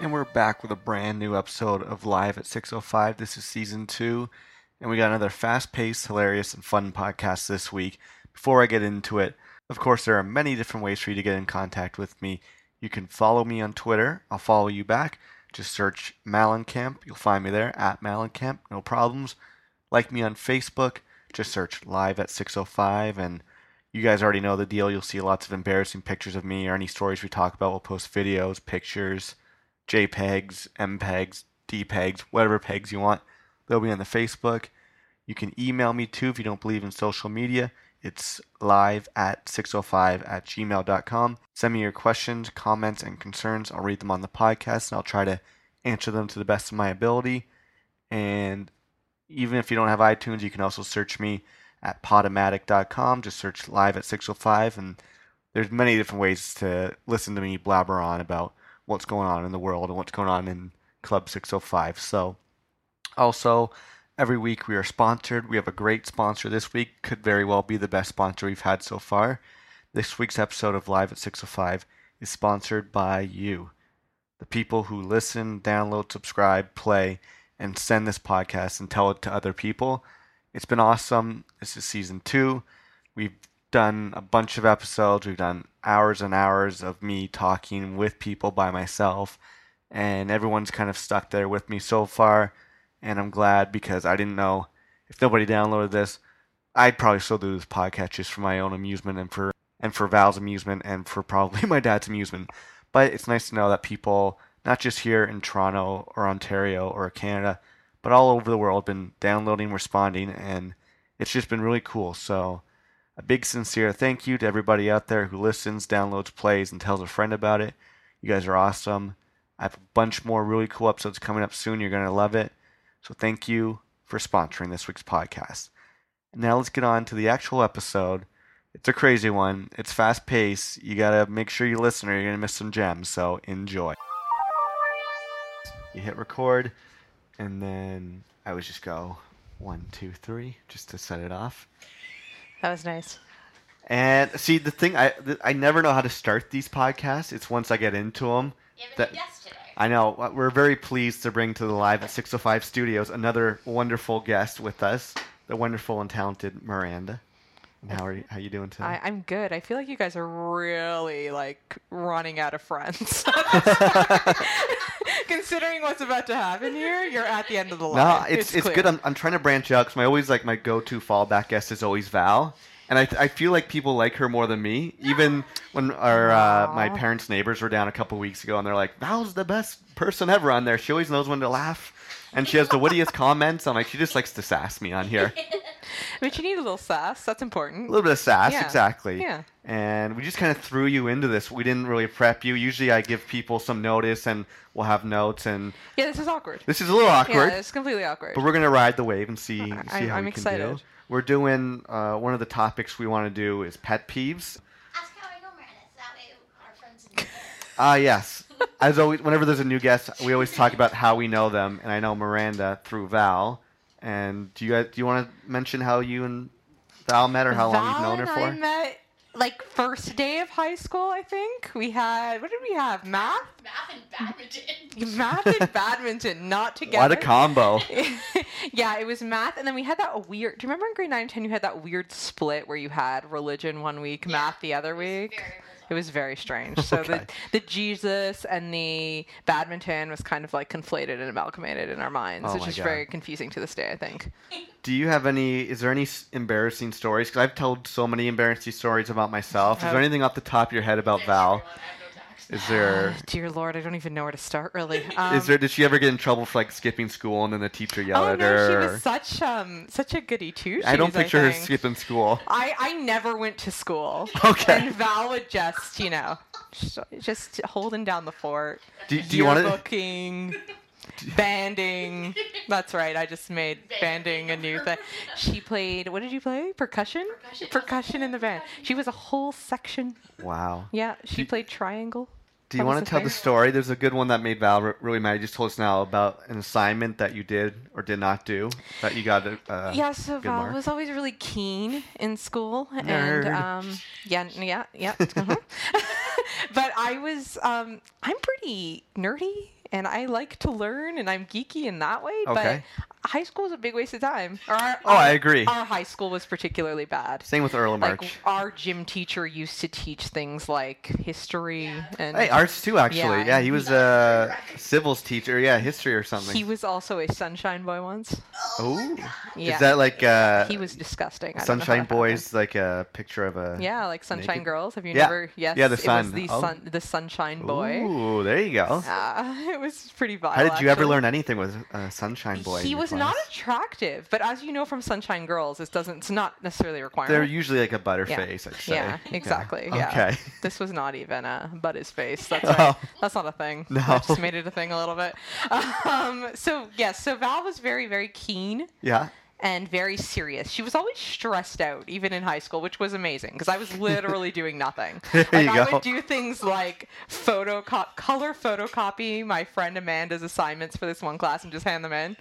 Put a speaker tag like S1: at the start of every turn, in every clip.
S1: And we're back with a brand new episode of Live at 605. This is season two. And we got another fast paced, hilarious, and fun podcast this week. Before I get into it, of course, there are many different ways for you to get in contact with me. You can follow me on Twitter. I'll follow you back. Just search Malencamp. You'll find me there at Malencamp. No problems. Like me on Facebook. Just search Live at 605 and you guys already know the deal. You'll see lots of embarrassing pictures of me or any stories we talk about. We'll post videos, pictures, JPEGs, MPEGs, DPEGs, whatever pegs you want. They'll be on the Facebook. You can email me too if you don't believe in social media. It's live at 605 at gmail.com. Send me your questions, comments, and concerns. I'll read them on the podcast and I'll try to answer them to the best of my ability. And even if you don't have iTunes, you can also search me at podomatic.com. Just search live at 605, and there's many different ways to listen to me blabber on about what's going on in the world and what's going on in Club 605. So, also, every week we are sponsored. We have a great sponsor this week, could very well be the best sponsor we've had so far. This week's episode of Live at 605 is sponsored by you, the people who listen, download, subscribe, play, and send this podcast and tell it to other people it's been awesome. This is season two. We've done a bunch of episodes. We've done hours and hours of me talking with people by myself, and everyone's kind of stuck there with me so far. And I'm glad because I didn't know if nobody downloaded this, I'd probably still do this podcast just for my own amusement and for and for Val's amusement and for probably my dad's amusement. But it's nice to know that people, not just here in Toronto or Ontario or Canada, but all over the world been downloading, responding, and it's just been really cool. So, a big sincere thank you to everybody out there who listens, downloads, plays, and tells a friend about it. You guys are awesome. I have a bunch more really cool episodes coming up soon. You're going to love it. So, thank you for sponsoring this week's podcast. Now, let's get on to the actual episode. It's a crazy one, it's fast paced. You got to make sure you listen or you're going to miss some gems. So, enjoy. You hit record and then I would just go one, two, three, just to set it off.
S2: That was nice.
S1: And see, the thing I th- I never know how to start these podcasts. It's once I get into them.
S3: You have a
S1: That-
S3: new guest today.
S1: I know uh, we're very pleased to bring to the live at 605 Studios another wonderful guest with us, the wonderful and talented Miranda. And how are you? How you doing today?
S2: I, I'm good. I feel like you guys are really like running out of friends. Considering what's about to happen here, you're at the end of the line.
S1: no, it's it's, good.
S2: clear.
S1: I'm, I'm trying to branch out because my always like my go-to fallback guest is always Val, and I I feel like people like her more than me. Even when our uh, my
S2: Aw.
S1: parents' neighbors were down a couple weeks ago, and they're like, "Val's the best person ever on there. She always knows when to laugh, and she has the wittiest comments." I'm like, she just likes to sass me on here.
S2: But you need a little sass. That's important.
S1: A little bit of sass,
S2: Yeah.
S1: exactly.
S2: Yeah.
S1: And we just kind of threw you into this. We didn't really prep you. Usually, I give people some notice, and we'll have notes. And
S2: Yeah, this is awkward.
S1: this is a little awkward.
S2: Yeah, it's completely awkward.
S1: But we're gonna ride the wave and see see
S2: I-
S1: how
S2: I'm
S1: we can do.
S2: excited.
S1: We're doing uh, one of the topics we want to do is pet peeves.
S3: Ask how I know Miranda, so that way our friends know.
S1: Ah, yes. As always, whenever there's a new guest, we always talk about how we know them, and I know Miranda through Val. And do you guys do you want to mention how you and Val met or how long you've
S2: Val
S1: known her
S2: and
S1: for?
S2: I met like first day of high school. I think we had what did we have? Math,
S3: Math and badminton.
S2: math and badminton, not together.
S1: what a combo!
S2: yeah, it was math, and then we had that weird. Do you remember in grade nine, ten, you had that weird split where you had religion one week,
S3: Yeah,
S2: math the other
S3: it was very
S2: week?
S3: bizarre.
S2: It was very strange. So
S1: Okay.
S2: the the Jesus and the badminton was kind of like conflated and amalgamated in our minds,
S1: Oh
S2: which
S1: my
S2: is
S1: God.
S2: very confusing to this day. I think.
S1: Do you have any? Is there any s- embarrassing stories? Because I've told so many embarrassing stories about myself. Is
S2: Uh,
S1: there anything off the top of your head about
S3: There's
S1: Val?
S3: everyone, I have no tact.
S1: Is there?
S2: Dear Lord, I don't even know where to start. Really. Um,
S1: Uh, is there? Did she ever get in trouble for like skipping school and then the teacher yelled
S2: Oh
S1: at
S2: no,
S1: her?
S2: she
S1: or-
S2: was such um such a goody two shoes.
S1: I don't picture her
S2: think.
S1: skipping school.
S2: I, I never went to school.
S1: Okay.
S2: And Val would just, you know, sh- just holding down the fort.
S1: Do, do you want to?
S2: Yearbooking, banding. That's right. I just made banding a new thing. She played. What did you play? Percussion.
S3: Percussion.
S2: in the band. She was a whole section.
S1: Wow.
S2: Yeah. She
S1: Do-
S2: played triangle.
S1: Do you
S2: That
S1: want
S2: was
S1: to
S2: the
S1: tell the
S2: thing.
S1: story? There's a good one that made Val re- really mad. You just told us now about an assignment that you did or did not do that you got. Uh,
S2: yeah. So
S1: good
S2: Val
S1: mark.
S2: was always really keen in school, and
S1: Nerd.
S2: um, yeah, uh-huh. n- yeah, yeah. mhm. but I was, um, I'm pretty nerdy and I like to learn and I'm geeky in that way,
S1: Okay.
S2: but high school is a big waste of time. Or our,
S1: Oh, I agree.
S2: our high school was particularly bad.
S1: Same with Earl March.
S2: Like our gym teacher used to teach things like history
S3: Yeah.
S2: and
S1: Hey, ours too, actually. Yeah,
S2: Yeah.
S1: he was a civils teacher. Yeah, history or something.
S2: he was also a sunshine boy once.
S1: oh,
S2: Yeah.
S1: is that like uh,
S2: he was disgusting. I don't know how
S1: Sunshine
S2: that
S1: Boys? Like a picture of a
S2: happened. Yeah, like Sunshine
S1: Naked?
S2: Girls. Have you
S1: Yeah.
S2: never? Yes.
S1: Yeah, the
S2: It
S1: sun.
S2: was the,
S1: Oh.
S2: sun, the Sunshine Boy.
S1: Ooh, there you go.
S2: Uh, it was pretty vile.
S1: How did you ever
S2: actually.
S1: learn anything with uh, Sunshine Boy? in
S2: He
S1: your
S2: was not
S1: class?
S2: attractive, but as you know from Sunshine Girls, this doesn't. It's not necessarily a requirement.
S1: They're usually like a butterface, I'd say.
S2: Yeah, exactly, yeah.
S1: Okay.
S2: This was not even a butt his face. That's right.
S1: Oh.
S2: That's not a thing.
S1: No.
S2: I just made it a thing a little bit. Um, so yes, so Val was very, very keen
S1: Yeah.
S2: and very serious. She was always stressed out, even in high school, which was amazing because I was literally doing nothing.
S1: There
S2: like
S1: you
S2: I
S1: go.
S2: would do things like photocop color photocopy my friend Amanda's assignments for this one class and just hand them in,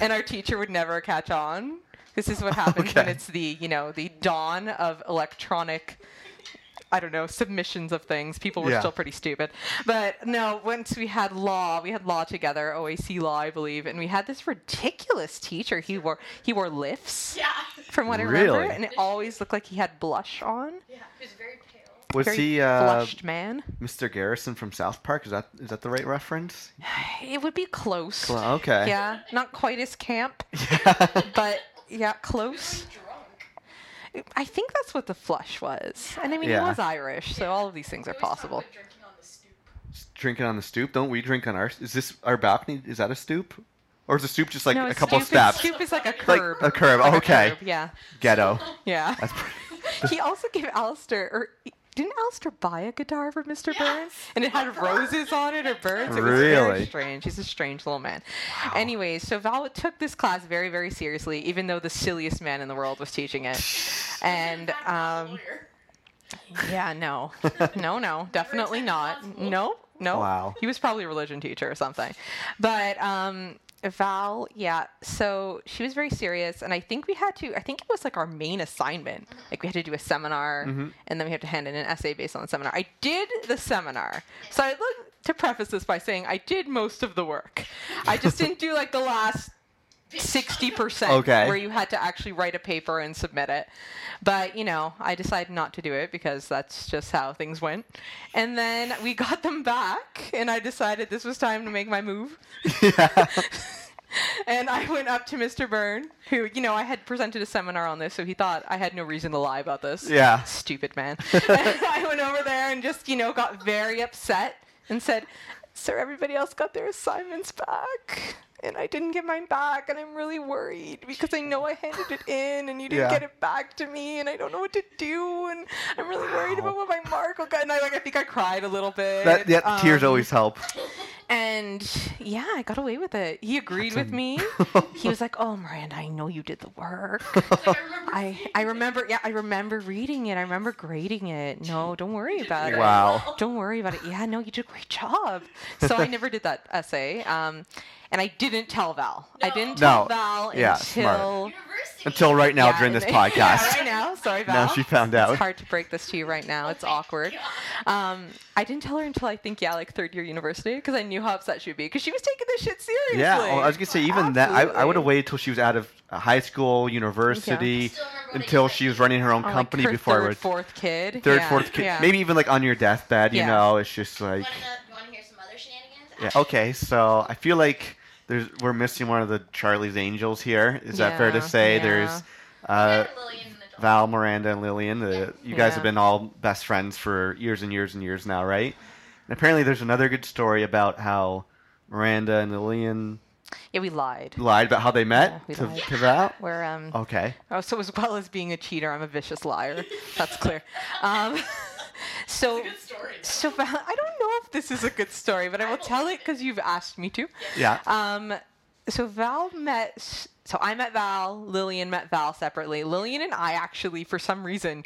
S2: and our teacher would never catch on. This is what happens when
S1: Okay.
S2: it's the you know the dawn of electronic. I don't know, submissions of things. People were
S1: Yeah.
S2: still pretty stupid. But no, once we had law, we had law together, OAC law, I believe, and we had this ridiculous teacher. He wore he wore lifts
S3: Yeah.
S2: from what I
S1: Really?
S2: remember, and it always looked like he had blush on.
S3: Yeah. He was very pale.
S1: Was
S2: Very
S1: he uh,
S2: blushed man?
S1: Mr. Garrison from South Park? Is that is that the right reference?
S2: It would be close.
S1: Well, okay.
S2: Yeah, not quite as camp,
S1: Yeah.
S2: but yeah,
S3: He was
S2: close.
S3: drunk.
S2: I think that's what the flush was, and I mean
S1: Yeah.
S2: he was Irish, so all of these things
S3: We
S2: are
S3: always talk
S2: possible.
S3: about drinking on the stoop.
S1: Drinking on the stoop. Don't we drink on our? Is this our balcony? Is that a stoop? Or is a stoop just like
S2: no,
S1: a couple
S2: stoop
S1: steps?
S2: Is, stoop is like a
S3: Like
S2: curb.
S1: a curb,
S2: Like a
S1: okay.
S2: curb, Yeah,
S1: Ghetto.
S2: yeah.
S1: That's pretty.
S2: he also gave Alistair or didn't Alistair buy a guitar from Mr. Burns? And it had roses on it or birds. It was
S1: Really?
S2: very strange. He's a strange little man. Anyways, so Val took this class very, very seriously, even though the silliest man in the world was teaching it. And
S3: Back to the
S2: um,
S3: lawyer.
S2: yeah, no, no, no, definitely not.
S3: responsible.
S2: No, no.
S1: Wow.
S2: He was probably a religion teacher or something. But um, Val, yeah. So she was very serious, and I think we had to. I think it was like our main assignment. Like we had to do a seminar, and then we had to hand in an essay based on the seminar. I did the seminar, so I'd like to preface this by saying I did most of the work. I just didn't do like the last sixty percent
S1: Okay.
S2: where you had to actually write a paper and submit it. But you know, I decided not to do it because that's just how things went. And then we got them back, and I decided this was time to make my move.
S1: yeah.
S2: And I went up to Mr. Byrne, who, you know, I had presented a seminar on this, so he thought I had no reason to lie about this.
S1: Yeah.
S2: Ah, Stupid man. And I went over there and just, you know, got very upset and said, Sir, everybody else got their assignments back. And I didn't get mine back, and I'm really worried because I know I handed it in, and you
S1: Yeah.
S2: didn't get it back to me, and I don't know what to do, and I'm really worried
S1: Wow.
S2: about what my mark will get. And I like, I think I cried a little bit.
S1: That, yeah tears
S2: Um,
S1: always help.
S2: and yeah, I got away with it. He agreed
S1: That's
S2: with me. he was like, "Oh, Miranda, I know you did the work.
S3: Like, I remember.
S2: I I remember. Yeah, I remember reading it. I remember grading it. No, don't worry about it.
S1: Wow.
S2: Don't worry about it. Yeah, no, you did a great job. So I never did that essay. Um, and I didn't tell Val. I didn't tell
S1: No.
S2: Val
S1: Yeah, smart.
S2: until
S3: University.
S1: Until right now
S2: yeah,
S1: during this
S2: yeah,
S1: podcast.
S2: right now, sorry, Val.
S1: Now she found
S2: It's
S1: out.
S2: hard to break this to you right
S3: Oh
S2: now. It's awkward. Um, I didn't tell her until I think yeah, like third year university, because I knew how upset she'd be, because she was taking this shit seriously.
S1: Yeah, well, I was gonna say even that I, I would have waited till she was out of uh, high school,
S3: I
S1: university,
S3: still remember what I
S1: until
S3: said.
S1: she was running her own
S2: Oh, like
S1: company
S2: her
S1: before
S2: third,
S1: I would
S2: fourth kid,
S1: third,
S2: Yeah,
S1: fourth kid,
S2: yeah.
S1: maybe even like on your deathbed. You
S2: Yeah.
S1: know, it's just
S3: You
S1: like
S3: wanna, know- you wanna hear some other shenanigans?
S1: yeah. Okay, so I feel like there's we're missing one of the Charlie's Angels here. Is that fair to
S2: Yeah,
S1: say?
S2: yeah.
S1: There's uh,
S3: Lillian and the
S1: Val, Miranda, and Lillian. The, you guys
S2: Yeah.
S1: have been all best friends for years and years and years now, right? And apparently, there's another good story about how Miranda and Lillian
S2: yeah, we lied.
S1: lied about how they met
S2: Yeah, we
S1: to,
S2: lied.
S1: to Val.
S2: Where um,
S1: Okay.
S2: Oh, so as well as being a cheater, I'm a vicious liar. That's clear. Um, so,
S3: Good story. though.
S2: so Val, I don't know if this is a good story, but I will tell it because you've asked me to.
S1: Yeah.
S2: Um, so Val met. So I met Val. Lillian met Val separately. Lillian and I actually, for some reason,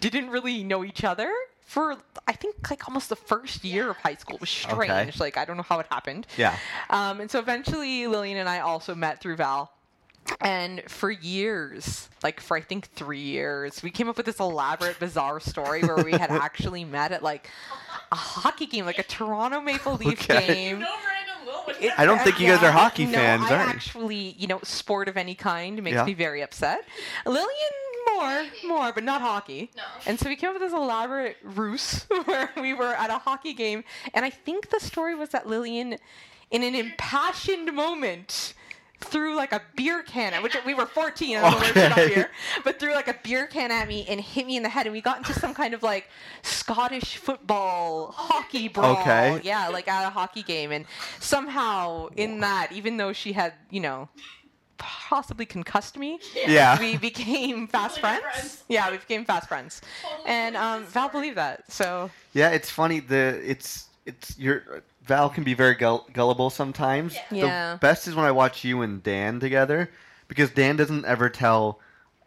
S2: didn't really know each other for I think like almost the first year of high school. It was strange.
S1: Okay.
S2: Like I don't know how it happened.
S1: Yeah.
S2: Um, and so eventually, Lillian and I also met through Val. And for years, like for I think three years, we came up with this elaborate, bizarre story where we had actually met at like a hockey game, like a Toronto Maple Leaf
S1: Okay.
S2: game.
S3: No Miranda will
S2: it-
S1: I don't think you guys
S2: yeah,
S1: are hockey
S2: no,
S1: fans,
S2: I
S1: are you?
S2: actually, you know, sport of any kind makes
S1: Yeah.
S2: me very upset. Lillian more, more, but not hockey.
S3: No.
S2: And so we came up with this elaborate ruse where we were at a hockey game, and I think the story was that Lillian, in an impassioned moment, threw like a beer can at which we were 14 I don't know where she got
S1: Okay.
S2: beer, but threw like a beer can at me and hit me in the head and we got into some kind of like Scottish football hockey brawl
S1: Okay.
S2: yeah like at a hockey game and somehow in that even though she had you know possibly concussed me
S1: Yeah.
S2: we became fast
S3: Totally
S2: friends.
S3: friends.
S2: Yeah, we became fast friends.
S3: Totally
S2: And
S3: believe
S2: um,
S3: this
S2: Val
S3: story.
S2: believed that. So
S1: Yeah, it's funny. The it's it's your Val can be very gull- gullible sometimes.
S3: Yeah.
S2: Yeah.
S1: The best is when I watch you and Dan together because Dan doesn't ever tell.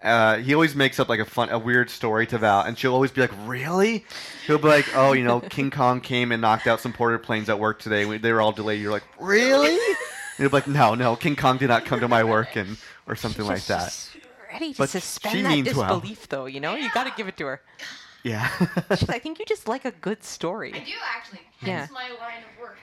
S1: Uh, he always makes up like a fun, a weird story to Val, and she'll always be like, "Really?" He'll be like, "Oh, you know, King Kong came and knocked out some porter planes at work today. We- They were all delayed." You're like, "Really?" And he'll be like, "No, no, King Kong did not come to my work and or something like
S2: She's
S1: that."
S2: just Ready to
S1: But she
S2: suspend that
S1: means well.
S2: disbelief, though. You know, you got to give it to her.
S1: Yeah,
S2: She's, I think you just like a good story.
S3: I do actually.
S2: Yeah.
S3: Hence my line of work.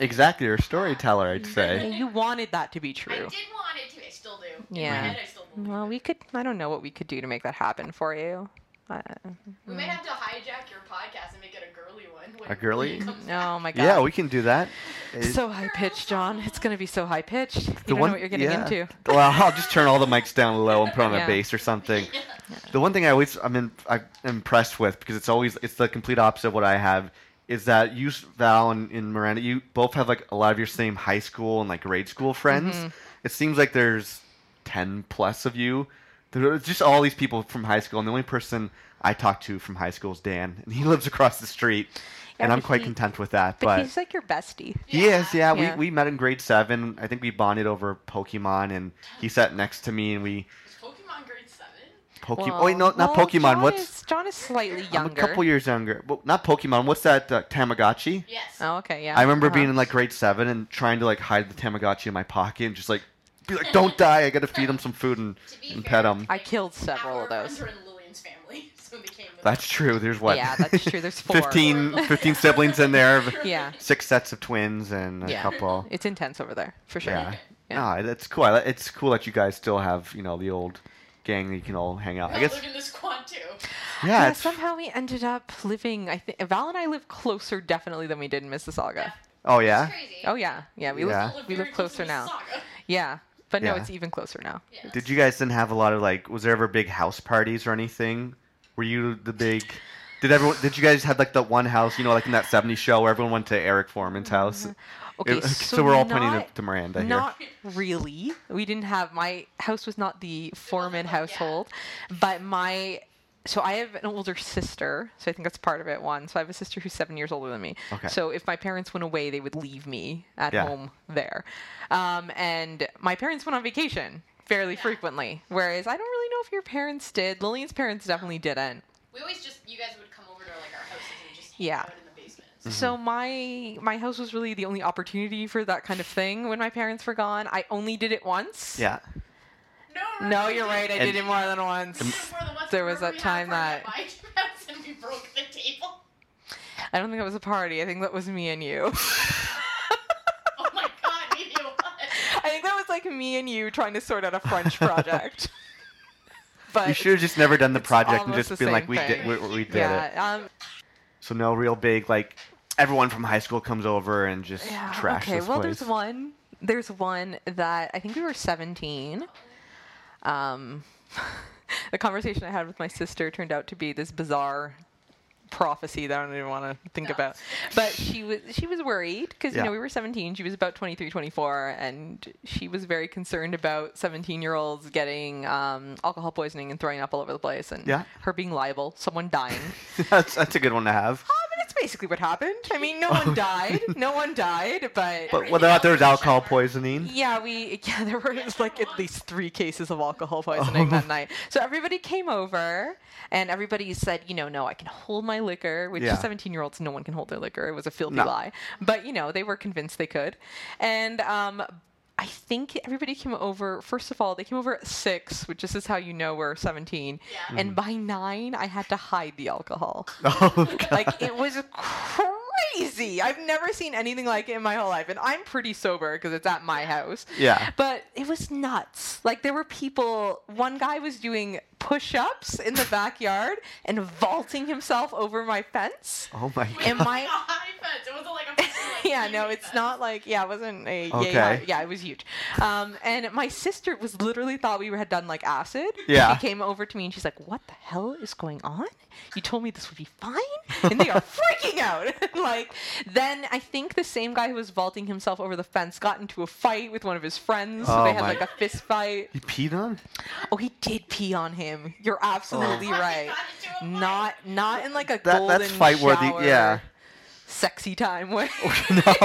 S1: exactly. You're a storyteller, I'd
S2: Yeah,
S1: say.
S2: you wanted that to be
S3: I did
S2: true.
S3: want it to. I still do. In
S2: Yeah.
S3: my head, I still believe.
S2: Well, we could. I don't know what we could do to make that happen for you. Uh,
S3: We might have to hijack your podcast and make it a girly one. when
S1: A girly?
S3: it comes back.
S2: oh my god.
S1: Yeah, we can do that. It-
S2: so high pitched, John. It's gonna be so high pitched. You don't know what you're getting
S1: yeah.
S2: into.
S1: Well, I'll just turn all the mics down low and put on
S2: Yeah.
S1: a bass or something. The one thing I always I'm, in, I'm impressed with because it's always it's the complete opposite of what I have is that you Val and, and Miranda you both have like a lot of your same high school and like grade school friends.
S2: Mm-hmm.
S1: It seems like there's ten plus of you. There's just all these people from high school, and the only person I talk to from high school is Dan, and he lives across the street,
S2: Yeah,
S1: and I'm
S2: but
S1: quite
S2: he-
S1: content with that.
S2: But,
S1: But,
S2: he's like your bestie.
S1: he is, yeah.
S2: Yeah.
S1: We, we met in grade seven. I think we bonded over Pokemon, and he sat next to me, and we
S3: Is Pokemon grade seven?
S1: Pokemon.
S2: Well-
S1: oh wait, no, not
S2: well,
S1: Pokemon.
S2: John
S1: What's
S2: is, John is slightly
S1: I'm
S2: younger?
S1: a couple years younger? Well, not Pokemon. What's that uh, Tamagotchi?
S3: Yes.
S2: Oh, okay, yeah.
S1: I remember
S2: Uh-huh.
S1: being in like grade seven and trying to like hide the Tamagotchi in my pocket and just like be like, "Don't die! I gotta feed him some food and,
S3: To be
S1: and
S3: fair,
S1: pet him."
S2: I killed several
S3: Our
S2: of those.
S3: friends are in Lillian's family, so they came with
S1: That's true. There's what?
S2: Yeah, that's true. There's four.
S1: 15, 15 siblings in there, of
S2: Yeah,
S1: six sets of twins and a
S2: Yeah.
S1: couple.
S2: it's intense over there for sure.
S1: Yeah.
S2: Yeah.
S1: No, that's cool. I li- It's cool that you guys still have, you know, the old gang that you can all hang out. I
S3: Not
S1: guess.
S3: Look at this quad too.
S1: Yeah.
S2: Yeah,
S1: it's,
S2: somehow we ended up living. I think Val and I live closer, definitely, than we did in Mississauga.
S1: oh yeah.
S3: It's crazy.
S2: Oh yeah, yeah, we
S1: Yeah.
S2: live we live
S3: very close
S2: closer
S3: to
S2: now.
S3: Mississauga.
S2: Yeah, but no,
S1: Yeah.
S2: it's even closer now.
S3: Yeah.
S1: Did you guys then have a lot of like? Was there ever big house parties or anything? Were you the big? Did everyone? Did you guys have like the one house? You know, like in that '70s show where everyone went to Eric Foreman's house.
S2: Mm-hmm. Okay,
S1: It-
S2: so,
S1: we're all
S2: not,
S1: pointing to, to Miranda here.
S2: Not really. We didn't have my house was not the foreman
S3: like that.
S2: household, but my so I have an older sister, so I think that's part of it. One, so I have a sister who's seven years older than me.
S1: Okay.
S2: So if my parents went away, they would leave me at
S1: Yeah.
S2: home there, um, and my parents went on vacation fairly frequently. Whereas I don't really know if your parents did. Lillian's parents definitely didn't.
S3: We always just you guys would come over to like our houses and just hang
S2: Yeah.
S3: out in the basement.
S1: Mm-hmm.
S2: So my my house was really the only opportunity for that kind of thing when my parents were gone. I only did it once.
S1: yeah.
S3: No,
S2: No, you're right. I
S1: And-
S2: did it more than
S3: We
S2: once.
S3: were the ones
S2: There was
S3: where
S2: that
S3: we had
S2: time
S3: part of
S2: that-
S3: my house and we broke the table.
S2: I don't think it was a party. I think that was me and you.
S3: Oh my god, maybe it was.
S2: I think that was like me and you trying to sort out a French project.
S1: You
S2: but
S1: should have just never done the
S2: It's
S1: project and
S2: almost
S1: just
S2: the
S1: been like,
S2: same
S1: we did,
S2: thing.
S1: we, we did it.
S2: yeah, um,
S1: So no real big like. Everyone from high school comes over and just
S2: yeah.
S1: trash
S2: okay.
S1: this
S2: well,
S1: place.
S2: there's one. There's one that I think we were 17. Um, the conversation I had with my sister turned out to be this bizarre prophecy that I don't even want to think
S3: No.
S2: about. But she was she was worried because you
S1: Yeah.
S2: know we were 17, she was about 23, 24 and she was very concerned about 17-year-olds getting um, alcohol poisoning and throwing up all over the place and
S1: Yeah.
S2: her being liable, someone dying.
S1: that's that's a good one to have.
S2: I mean, that's basically what happened. I mean,
S1: Oh.
S2: no one died. No one died, but
S1: But whether or not there was alcohol poisoning,
S2: yeah, we yeah there were like at least three cases of alcohol poisoning that
S1: Oh.
S2: night. So everybody came over, and everybody said, you know, no, I can hold my liquor. Which
S1: Yeah.
S2: seventeen year olds, no one can hold their liquor. It was a filthy
S1: No.
S2: lie. But you know, they were convinced they could, and um. I think everybody came over. First of all, they came over at six, which this is how you know we're 17.
S3: Yeah.
S1: Mm-hmm.
S2: And by nine, I had to hide the alcohol.
S1: oh god,
S2: Like, it was crazy. crazy. I've never seen anything like it in my whole life, and I'm pretty sober because it's at my house.
S1: Yeah.
S2: But it was nuts. Like there were people. One guy was doing push-ups in the backyard and vaulting himself over my fence.
S1: Oh my
S3: Wait,
S1: god.
S2: Am I-
S3: it's not high fence. It wasn't like a fucking, like,
S2: yeah, no,
S3: teeny
S2: it's
S3: fence.
S2: not like yeah, it wasn't a yeah,
S1: Okay.
S2: yeah, yeah, it was huge. Um, and my sister was literally thought we were had done like acid.
S1: Yeah.
S2: she came over to me and she's like, "What the hell is going on? You told me this would be fine, and they are freaking out." like then I think the same guy who was vaulting himself over the fence got into a fight with one of his friends. So
S1: Oh
S2: they had
S1: my-
S2: like a fist fight.
S1: He peed on?
S2: Oh, he did pee on him. You're absolutely
S3: Oh.
S2: right.
S3: Got into a fight.
S2: Not not in like a
S1: that's
S2: golden
S1: fight worthy,
S2: shower,
S1: yeah.
S2: Sexy time way.
S1: No.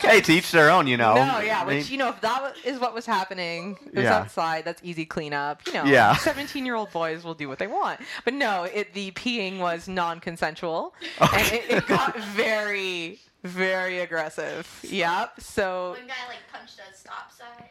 S1: hey, to each their own, you know.
S2: No, yeah,
S1: I mean,
S2: which you know, if that wa- is what was happening, it was
S1: Yeah.
S2: outside. That's easy cleanup. You know,
S1: Yeah.
S2: seventeen-year-old boys will do what they want. But no, it the peeing was non-consensual,
S1: Oh.
S2: and it, it got very, very aggressive. Yep. So
S3: One guy like punched a stop sign.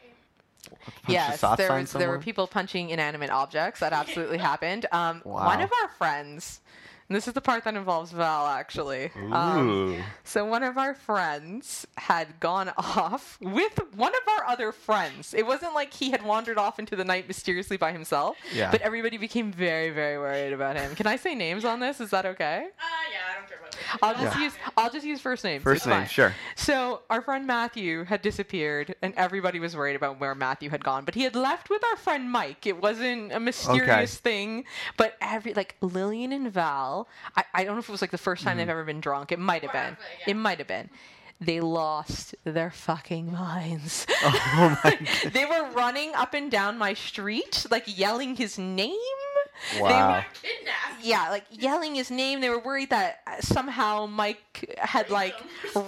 S1: punch the
S2: yes,
S1: stop
S2: there
S1: sign
S2: was there were
S1: somewhere?
S2: people punching inanimate objects. That absolutely happened. Um, One
S1: Wow.
S2: of our friends. And this is the part that involves Val, actually.
S1: Ooh.
S2: Um, So one of our friends had gone off with one of our other friends. It wasn't like he had wandered off into the night mysteriously by himself.
S1: Yeah.
S2: But everybody became very, very worried about him. Can I say names on this? Is that okay?
S3: Uh, yeah, I don't care about that.
S2: I'll just
S1: Yeah.
S2: use I'll just use first names.
S1: First
S2: It's
S1: name,
S2: fine.
S1: sure.
S2: So our friend Matthew had disappeared, and everybody was worried about where Matthew had gone. But he had left with our friend Mike. It wasn't a mysterious thing. But every like Lillian and Val, I, I don't know if it was like the first
S1: Mm-hmm.
S2: time they've ever been drunk. It might have been.
S3: Probably, yeah.
S2: It might have been. They lost their fucking minds.
S1: Oh my
S2: they were running up and down my street, like yelling his name. They
S1: Wow.
S2: were-
S3: Kidnapped.
S2: yeah, like yelling his name. They were worried that uh, somehow Mike had
S3: Raped
S2: like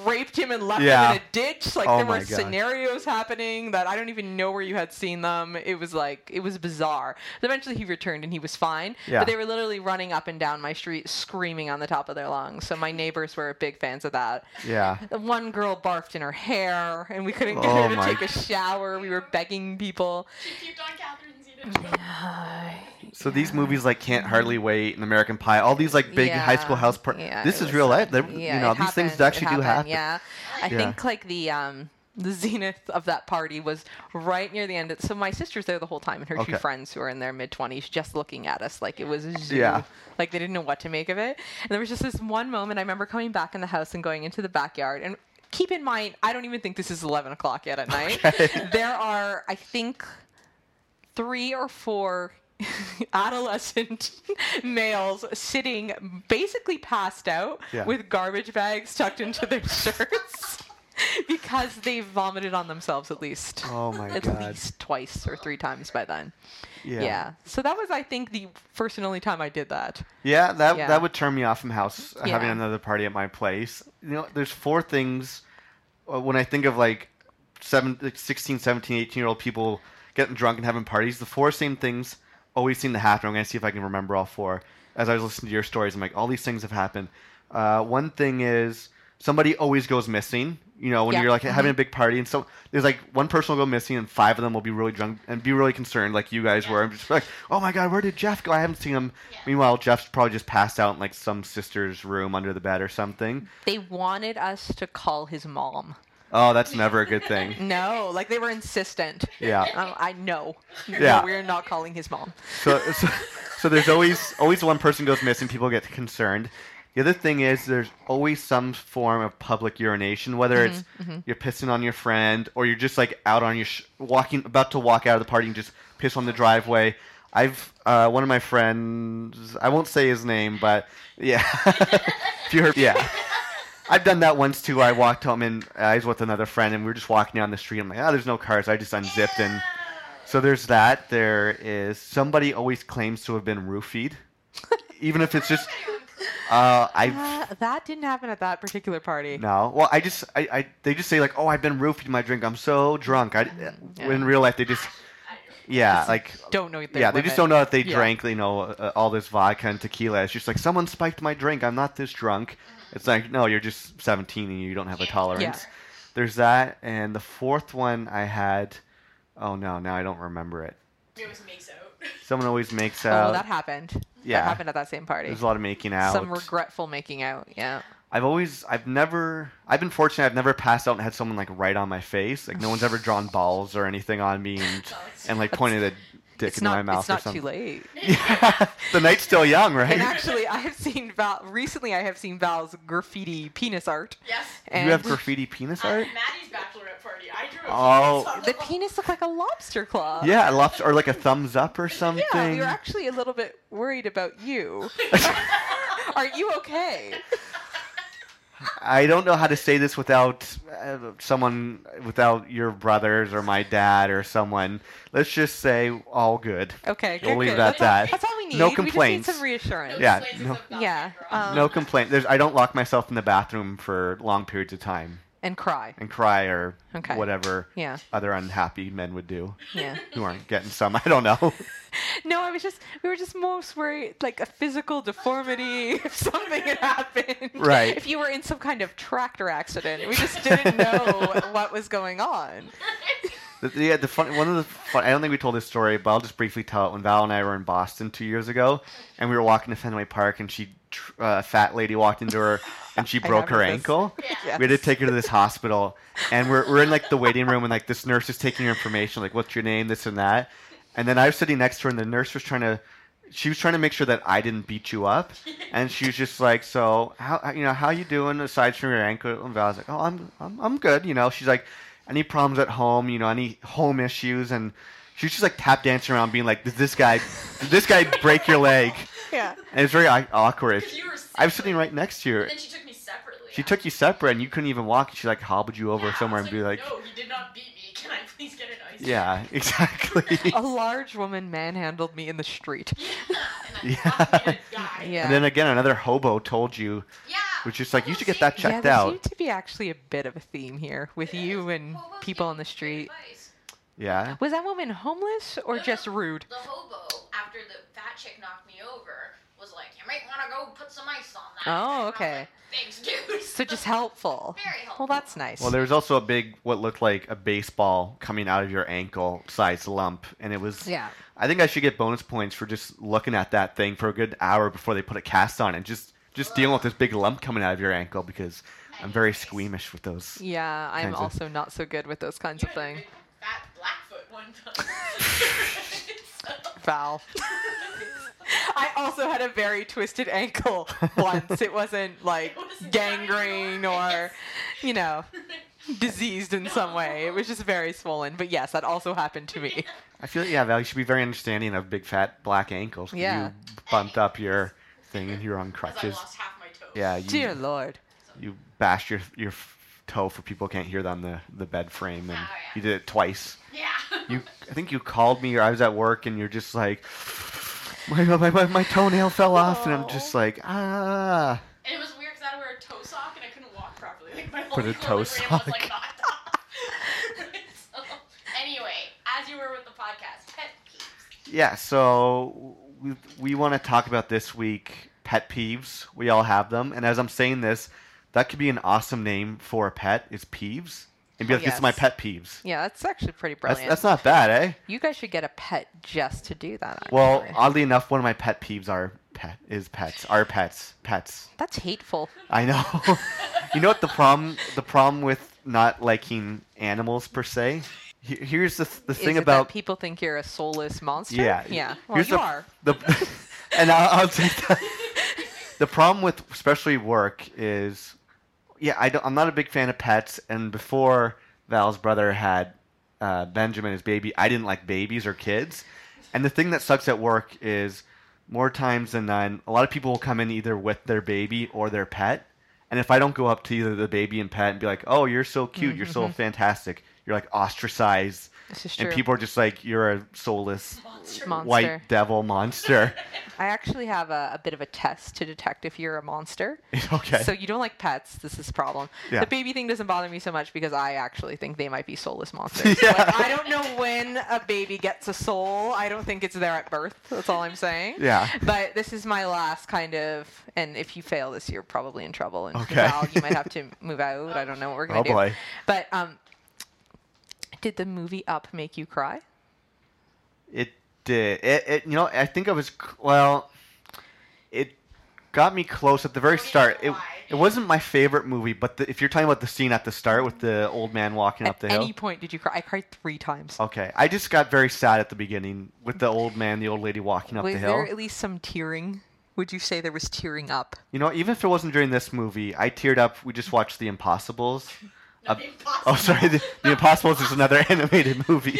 S2: raped him and left
S1: Yeah.
S2: him in a ditch. Like
S1: Oh
S2: there
S1: my
S2: were
S1: God.
S2: scenarios happening that I don't even know where you had seen them. It was like it was bizarre. But eventually he returned and he was fine.
S1: Yeah.
S2: But they were literally running up and down my street screaming on the top of their lungs. So my neighbors were big fans of that.
S1: Yeah.
S2: The One girl barfed in her hair and we couldn't get
S1: Oh
S2: her to
S1: my-
S2: take a shower. We were begging people.
S3: She puked on Catherine Zeta.
S1: So these movies like Can't Hardly Wait and American Pie, all these like big high school
S2: Yeah,
S1: house par-
S2: yeah,
S1: This
S2: it
S1: is
S2: was-
S1: real life. They're-
S2: yeah,
S1: you know,
S2: it
S1: these things
S2: happened, it
S1: actually do happen.
S2: happened, Yeah, I
S1: Yeah.
S2: think like the um the zenith of that party was right near the end. So my sister's there the whole time, and her
S1: Okay.
S2: two friends who are in their mid twenties just looking at us like it was a zoo.
S1: Yeah.
S2: Like they didn't know what to make of it. And there was just this one moment I remember coming back in the house and going into the backyard and. Keep in mind, I don't even think this is 11 o'clock yet at night.
S1: Okay.
S2: There are, I think, three or four adolescent males sitting basically passed out
S1: Yeah.
S2: with garbage bags tucked into their shirts because they vomited on themselves at least
S1: Oh my
S2: at
S1: god.
S2: least twice or three times by then
S1: Yeah.
S2: yeah. so that was i think the first and only time i did that
S1: Yeah, that
S2: Yeah.
S1: that would turn me off from house having
S2: Yeah.
S1: another party at my place. You know, there's four things uh, when I think of like seven, like 16, 17, 18 year old people getting drunk and having parties. The four same things always seem to happen. I'm gonna see if I can remember all four. As I was listening to your stories, I'm like, all these things have happened. Uh, one thing is somebody always goes missing. You know, when
S2: Yeah.
S1: you're like having a big party, and so there's like one person will go missing, and five of them will be really drunk and be really concerned, like you guys were. I'm just like, oh my god, where did Jeff go? I haven't seen him.
S3: Yeah.
S1: Meanwhile, Jeff's probably just passed out in like some sister's room under the bed or something.
S2: they wanted us to call his mom
S1: Oh, that's never a good thing.
S2: no like they were insistent
S1: Yeah.
S2: Um, i know
S1: Yeah.
S2: no, we're not calling his mom
S1: So, so, so there's always always one person goes missing. People get concerned. The other thing is there's always some form of public urination, whether it's you're pissing on your friend or you're just like out on your sh- walking about to walk out of the party and just piss on the driveway. I've uh, one of my friends. I won't say his name, but yeah, if you heard, yeah. I've done that once too. Where I walked home and I was with another friend, and we were just walking down the street. I'm like, oh, there's no cars. I just unzipped and so there's that. There is somebody always claims to have been roofied, even if it's just uh, I
S2: Uh, that didn't happen at that particular party
S1: no. Well, I just I, I they just say like, oh, I've been roofied my drink. I'm so drunk. I
S2: Um, Yeah.
S1: in real life they just yeah like
S2: don't know their
S1: yeah they just
S2: limit.
S1: don't know that they
S2: Yeah.
S1: drank you know uh, all this vodka and tequila. It's just like someone spiked my drink. I'm not this drunk. It's like no, you're just 17 and you don't have a tolerance.
S2: Yeah.
S1: There's that, and the fourth one I had. Oh no, now I don't remember it.
S3: It was me, so.
S1: Someone always makes
S2: Oh,
S1: out.
S2: that happened.
S1: yeah.
S2: That happened at that same party.
S1: There's a lot of making out.
S2: Some regretful making out. Yeah.
S1: I've always, I've never, I've been fortunate. I've never passed out and had someone like right on my face. Like no one's ever drawn balls or anything on me and, and like pointed a dick
S2: it's
S1: in
S2: not,
S1: my mouth
S2: it's not
S1: or something.
S2: too late.
S1: Yeah, the night's still young, right?
S2: And actually, I have seen Val. Recently, I have seen Val's graffiti penis art.
S3: Yes.
S2: And
S1: you have graffiti penis
S3: At
S1: art?
S3: Maddie's bachelorette party, I drew a
S1: Oh.
S3: penis on
S2: The
S3: wall.
S2: penis looked like a lobster claw.
S1: Yeah, a lobster or like a thumbs up or something.
S2: Yeah, we were actually a little bit worried about you. Are you okay?
S1: I don't know how to say this without uh, someone, without your brothers or my dad or someone. Let's just say all good.
S2: Okay, good.
S1: We'll leave
S2: good.
S1: that at
S2: that's,
S1: that.
S2: All, that's all we need.
S1: No
S2: We
S1: complaints.
S2: just need some reassurance.
S3: No
S1: Yeah,
S3: displays
S1: no-
S3: of Valkyrie
S2: Yeah,
S3: girl.
S2: um,
S1: no complaint. There's, I don't lock myself in the bathroom for long periods of time
S2: And cry.
S1: and cry or
S2: Okay.
S1: whatever
S2: Yeah,
S1: other unhappy men would do
S2: yeah.
S1: who aren't getting some. I don't know.
S2: No, I was just, we were just most worried, like a physical deformity, if something had happened.
S1: Right.
S2: If you were in some kind of tractor accident, we just didn't know what was going on.
S1: The- the- Yeah, the fun, one of the fun, I don't think we told this story, but I'll just briefly tell it. When Val and I were in Boston two years ago, and we were walking to Fenway Park, and she, tr- uh, a fat lady, walked into her, and she
S2: I
S1: broke her
S2: remember this.
S1: ankle.
S3: Yeah.
S1: We had to take her to this hospital, and we're, we're in like the waiting room, and like this nurse is taking her information, like what's your name, this and that, and then I was sitting next to her, and the nurse was trying to, she was trying to make sure that I didn't beat you up, and she was just like, so how you know how you doing aside from your ankle? And Val's like, oh, I'm I'm I'm good, you know. She's like, any problems at home, you know, any home issues, and she was just like tap dancing around, being like, did this guy, did this guy break your leg?
S2: Yeah.
S1: And it's very au- awkward.
S3: Because you were
S1: I was sitting right next to you.
S3: And then she took me separately.
S1: She took you separate and you couldn't even walk. and She like hobbled you over
S3: Yeah, I
S1: somewhere and
S3: was
S1: be like,
S3: No, you did not beat me. Can I please get an ice? cream?"
S1: yeah, exactly.
S2: A large woman manhandled me in the street.
S3: Yeah. And
S1: Yeah.
S3: I thought we would die.
S2: Yeah.
S1: And then again, another hobo told you,
S3: Yeah.
S1: which is like,
S3: Hobo
S1: you should get that
S3: saved me.
S1: checked
S2: yeah, there
S1: out.
S2: seemed to be actually a bit of a theme here with you and
S3: Hobo
S2: people
S3: gave
S2: on the
S3: me great
S2: street.
S3: advice.
S1: Yeah.
S2: Was that woman homeless or just rude?
S3: The hobo, after the fat chick knocked me over, was like, you might want to go put some ice on that.
S2: Oh,
S3: And I was
S2: okay.
S3: like, Thanks, dude.
S2: So just helpful.
S3: Very helpful.
S2: Well, that's nice.
S1: Well, there was also a big, what looked like a baseball coming out of your ankle sized lump. And it was,
S2: yeah.
S1: I think I should get bonus points for just looking at that thing for a good hour before they put a cast on and just, just dealing with this big lump coming out of your ankle because I'm very squeamish with those.
S2: Yeah, I'm
S1: Kinds of-
S2: also not so good with those kinds
S3: You
S2: of
S3: had a
S2: things.
S3: big Fat Blackfoot one time.
S2: Foul. I also had a very twisted ankle once. It wasn't like
S3: It was
S2: gangrene or,
S3: ginormous.
S2: you know, diseased in some way. It was just very swollen. But yes, that also happened to me.
S1: I feel yeah, Val, you should be very understanding of big fat black ankles.
S2: Yeah.
S1: You bumped up your thing and you're on
S3: Because I
S1: crutches.
S3: lost half my toe.
S1: Yeah, you
S2: Dear Lord.
S1: you bashed your your f- toe for people who can't hear on the the bed frame and
S3: Oh, yeah.
S1: you did it twice.
S3: Yeah.
S1: You I think you called me or I was at work and you're just like my my my, my toenail fell off and I'm just
S2: Oh.
S1: like ah
S3: And it was weird because I had to wear a toe sock and I couldn't walk properly. Like my whole
S1: Put a
S3: equilibrium
S1: toe sock.
S3: was like knocked off. so, anyway, as you were with the podcast, pet peeves.
S1: yeah, so we we want to talk about this week pet peeves. We all have them and as I'm saying this, that could be an awesome name for a pet is peeves. And be
S2: Oh,
S1: like this is my
S2: yes.
S1: pet peeves.
S2: Yeah, that's actually pretty
S1: That's,
S2: brilliant.
S1: that's not bad, eh?
S2: you guys should get a pet just to do that. Actually.
S1: Well, uh, oddly enough, one of my pet peeves are pet is pets. Are pets pets?
S2: that's hateful.
S1: I know. you know what the problem? The problem with not liking animals per se. He- Here's the th- the
S2: Is
S1: thing
S2: it
S1: about
S2: that people think you're a soulless monster?
S1: yeah
S2: Yeah. Well,
S1: Here's
S2: you
S1: the,
S2: are.
S1: the- and I'll, I'll take that. The problem with especially work is, yeah, I don't, I'm not a big fan of pets. And before Val's brother had uh, Benjamin as baby, I didn't like babies or kids. And the thing that sucks at work is more times than none, a lot of people will come in either with their baby or their pet. And if I don't go up to either the baby and pet and be like, "Oh, you're so cute, you're so fantastic," you're like ostracized,
S2: This is Mm-hmm. true.
S1: and people are just like, "You're a soulless
S3: Monster.
S2: Mon- Monster.
S1: white devil monster.
S2: I actually have a, a bit of a test to detect if you're a monster.
S1: okay.
S2: So you don't like pets. This is a problem.
S1: Yeah.
S2: The baby thing doesn't bother me so much because I actually think they might be soulless monsters.
S1: Yeah.
S2: Like, I don't know when a baby gets a soul. I don't think it's there at birth. That's all I'm saying.
S1: yeah.
S2: But this is my last kind of, and if you fail this, you're probably in trouble. And
S1: Okay.
S2: Val, you might have to move out. I don't know what we're gonna
S1: Oh
S2: do.
S1: boy.
S2: But um, did the movie Up make you cry?
S1: It did. It, it. You know, I think I was. c- Well, it got me close at the very
S3: Don't even
S1: start. It,
S3: lie.
S1: It wasn't my favorite movie, but the, if you're talking about the scene at the start with the old man walking up
S2: At
S1: the
S2: any
S1: hill.
S2: point, did you cry? I cried three times.
S1: Okay, I just got very sad at the beginning with the old man, the old lady walking up
S2: was
S1: the hill.
S2: there at least some tearing? Would you say there was tearing up?
S1: You know, even if it wasn't during this movie, I teared up. We just watched The Impossibles.
S3: No,
S1: Uh,
S3: The Impossible.
S1: oh, sorry, The, the Impossibles is another animated movie.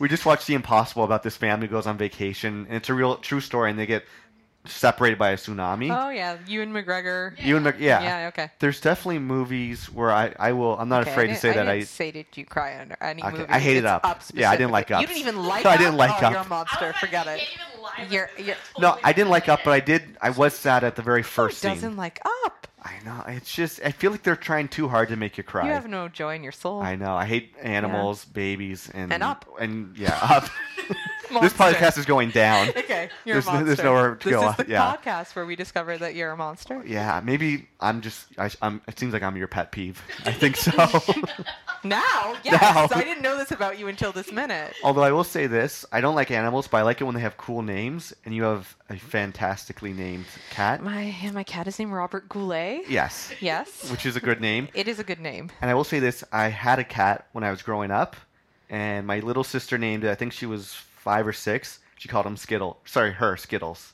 S1: We just watched The Impossible about this family goes on vacation, and it's a real true story, and they get separated by a tsunami.
S2: Oh yeah, you and McGregor.
S1: You and Mc- yeah.
S2: Yeah. Okay.
S1: There's definitely movies where I, I will I'm not
S2: Okay,
S1: afraid
S2: I
S1: to say
S2: didn't-
S1: that
S2: I
S1: I
S2: didn't say did you cry under any
S1: Okay,
S2: movie?
S1: I hated
S2: It's
S1: Up. Yeah, I didn't
S2: specifically.
S1: like Up.
S2: You didn't even like.
S1: I
S2: Up?
S1: didn't like
S2: oh,
S1: Up.
S2: You're a monster. Forget it. You're- you're-
S1: no I didn't like Up, but I did I was sad at the very
S2: Who
S1: first
S2: doesn't
S1: scene.
S2: like Up?
S1: I know it's just I feel like they're trying too hard to make you cry.
S2: You have no joy in your soul.
S1: I know I hate animals, babies, and
S2: And Up.
S1: and yeah up. this
S2: Monster.
S1: podcast is going down.
S2: Okay, you're
S1: There's
S2: a
S1: no- there's
S2: monster.
S1: nowhere to
S2: this
S1: go.
S2: is the
S1: Yeah.
S2: podcast where we discover that you're a monster.
S1: Yeah, maybe I'm just I, am It seems like I'm your pet peeve. I think so.
S2: Now, yes,
S1: Now.
S2: I didn't know this about you until this minute.
S1: Although I will say this, I don't like animals, but I like it when they have cool names, and you have a fantastically named cat.
S2: My my cat is named Robert Goulet.
S1: Yes,
S2: Yes,
S1: which is a good name.
S2: it is a good name.
S1: And I will say this: I had a cat when I was growing up, and my little sister named it. I think she was five or six. She called him Skittle. Sorry, her Skittles.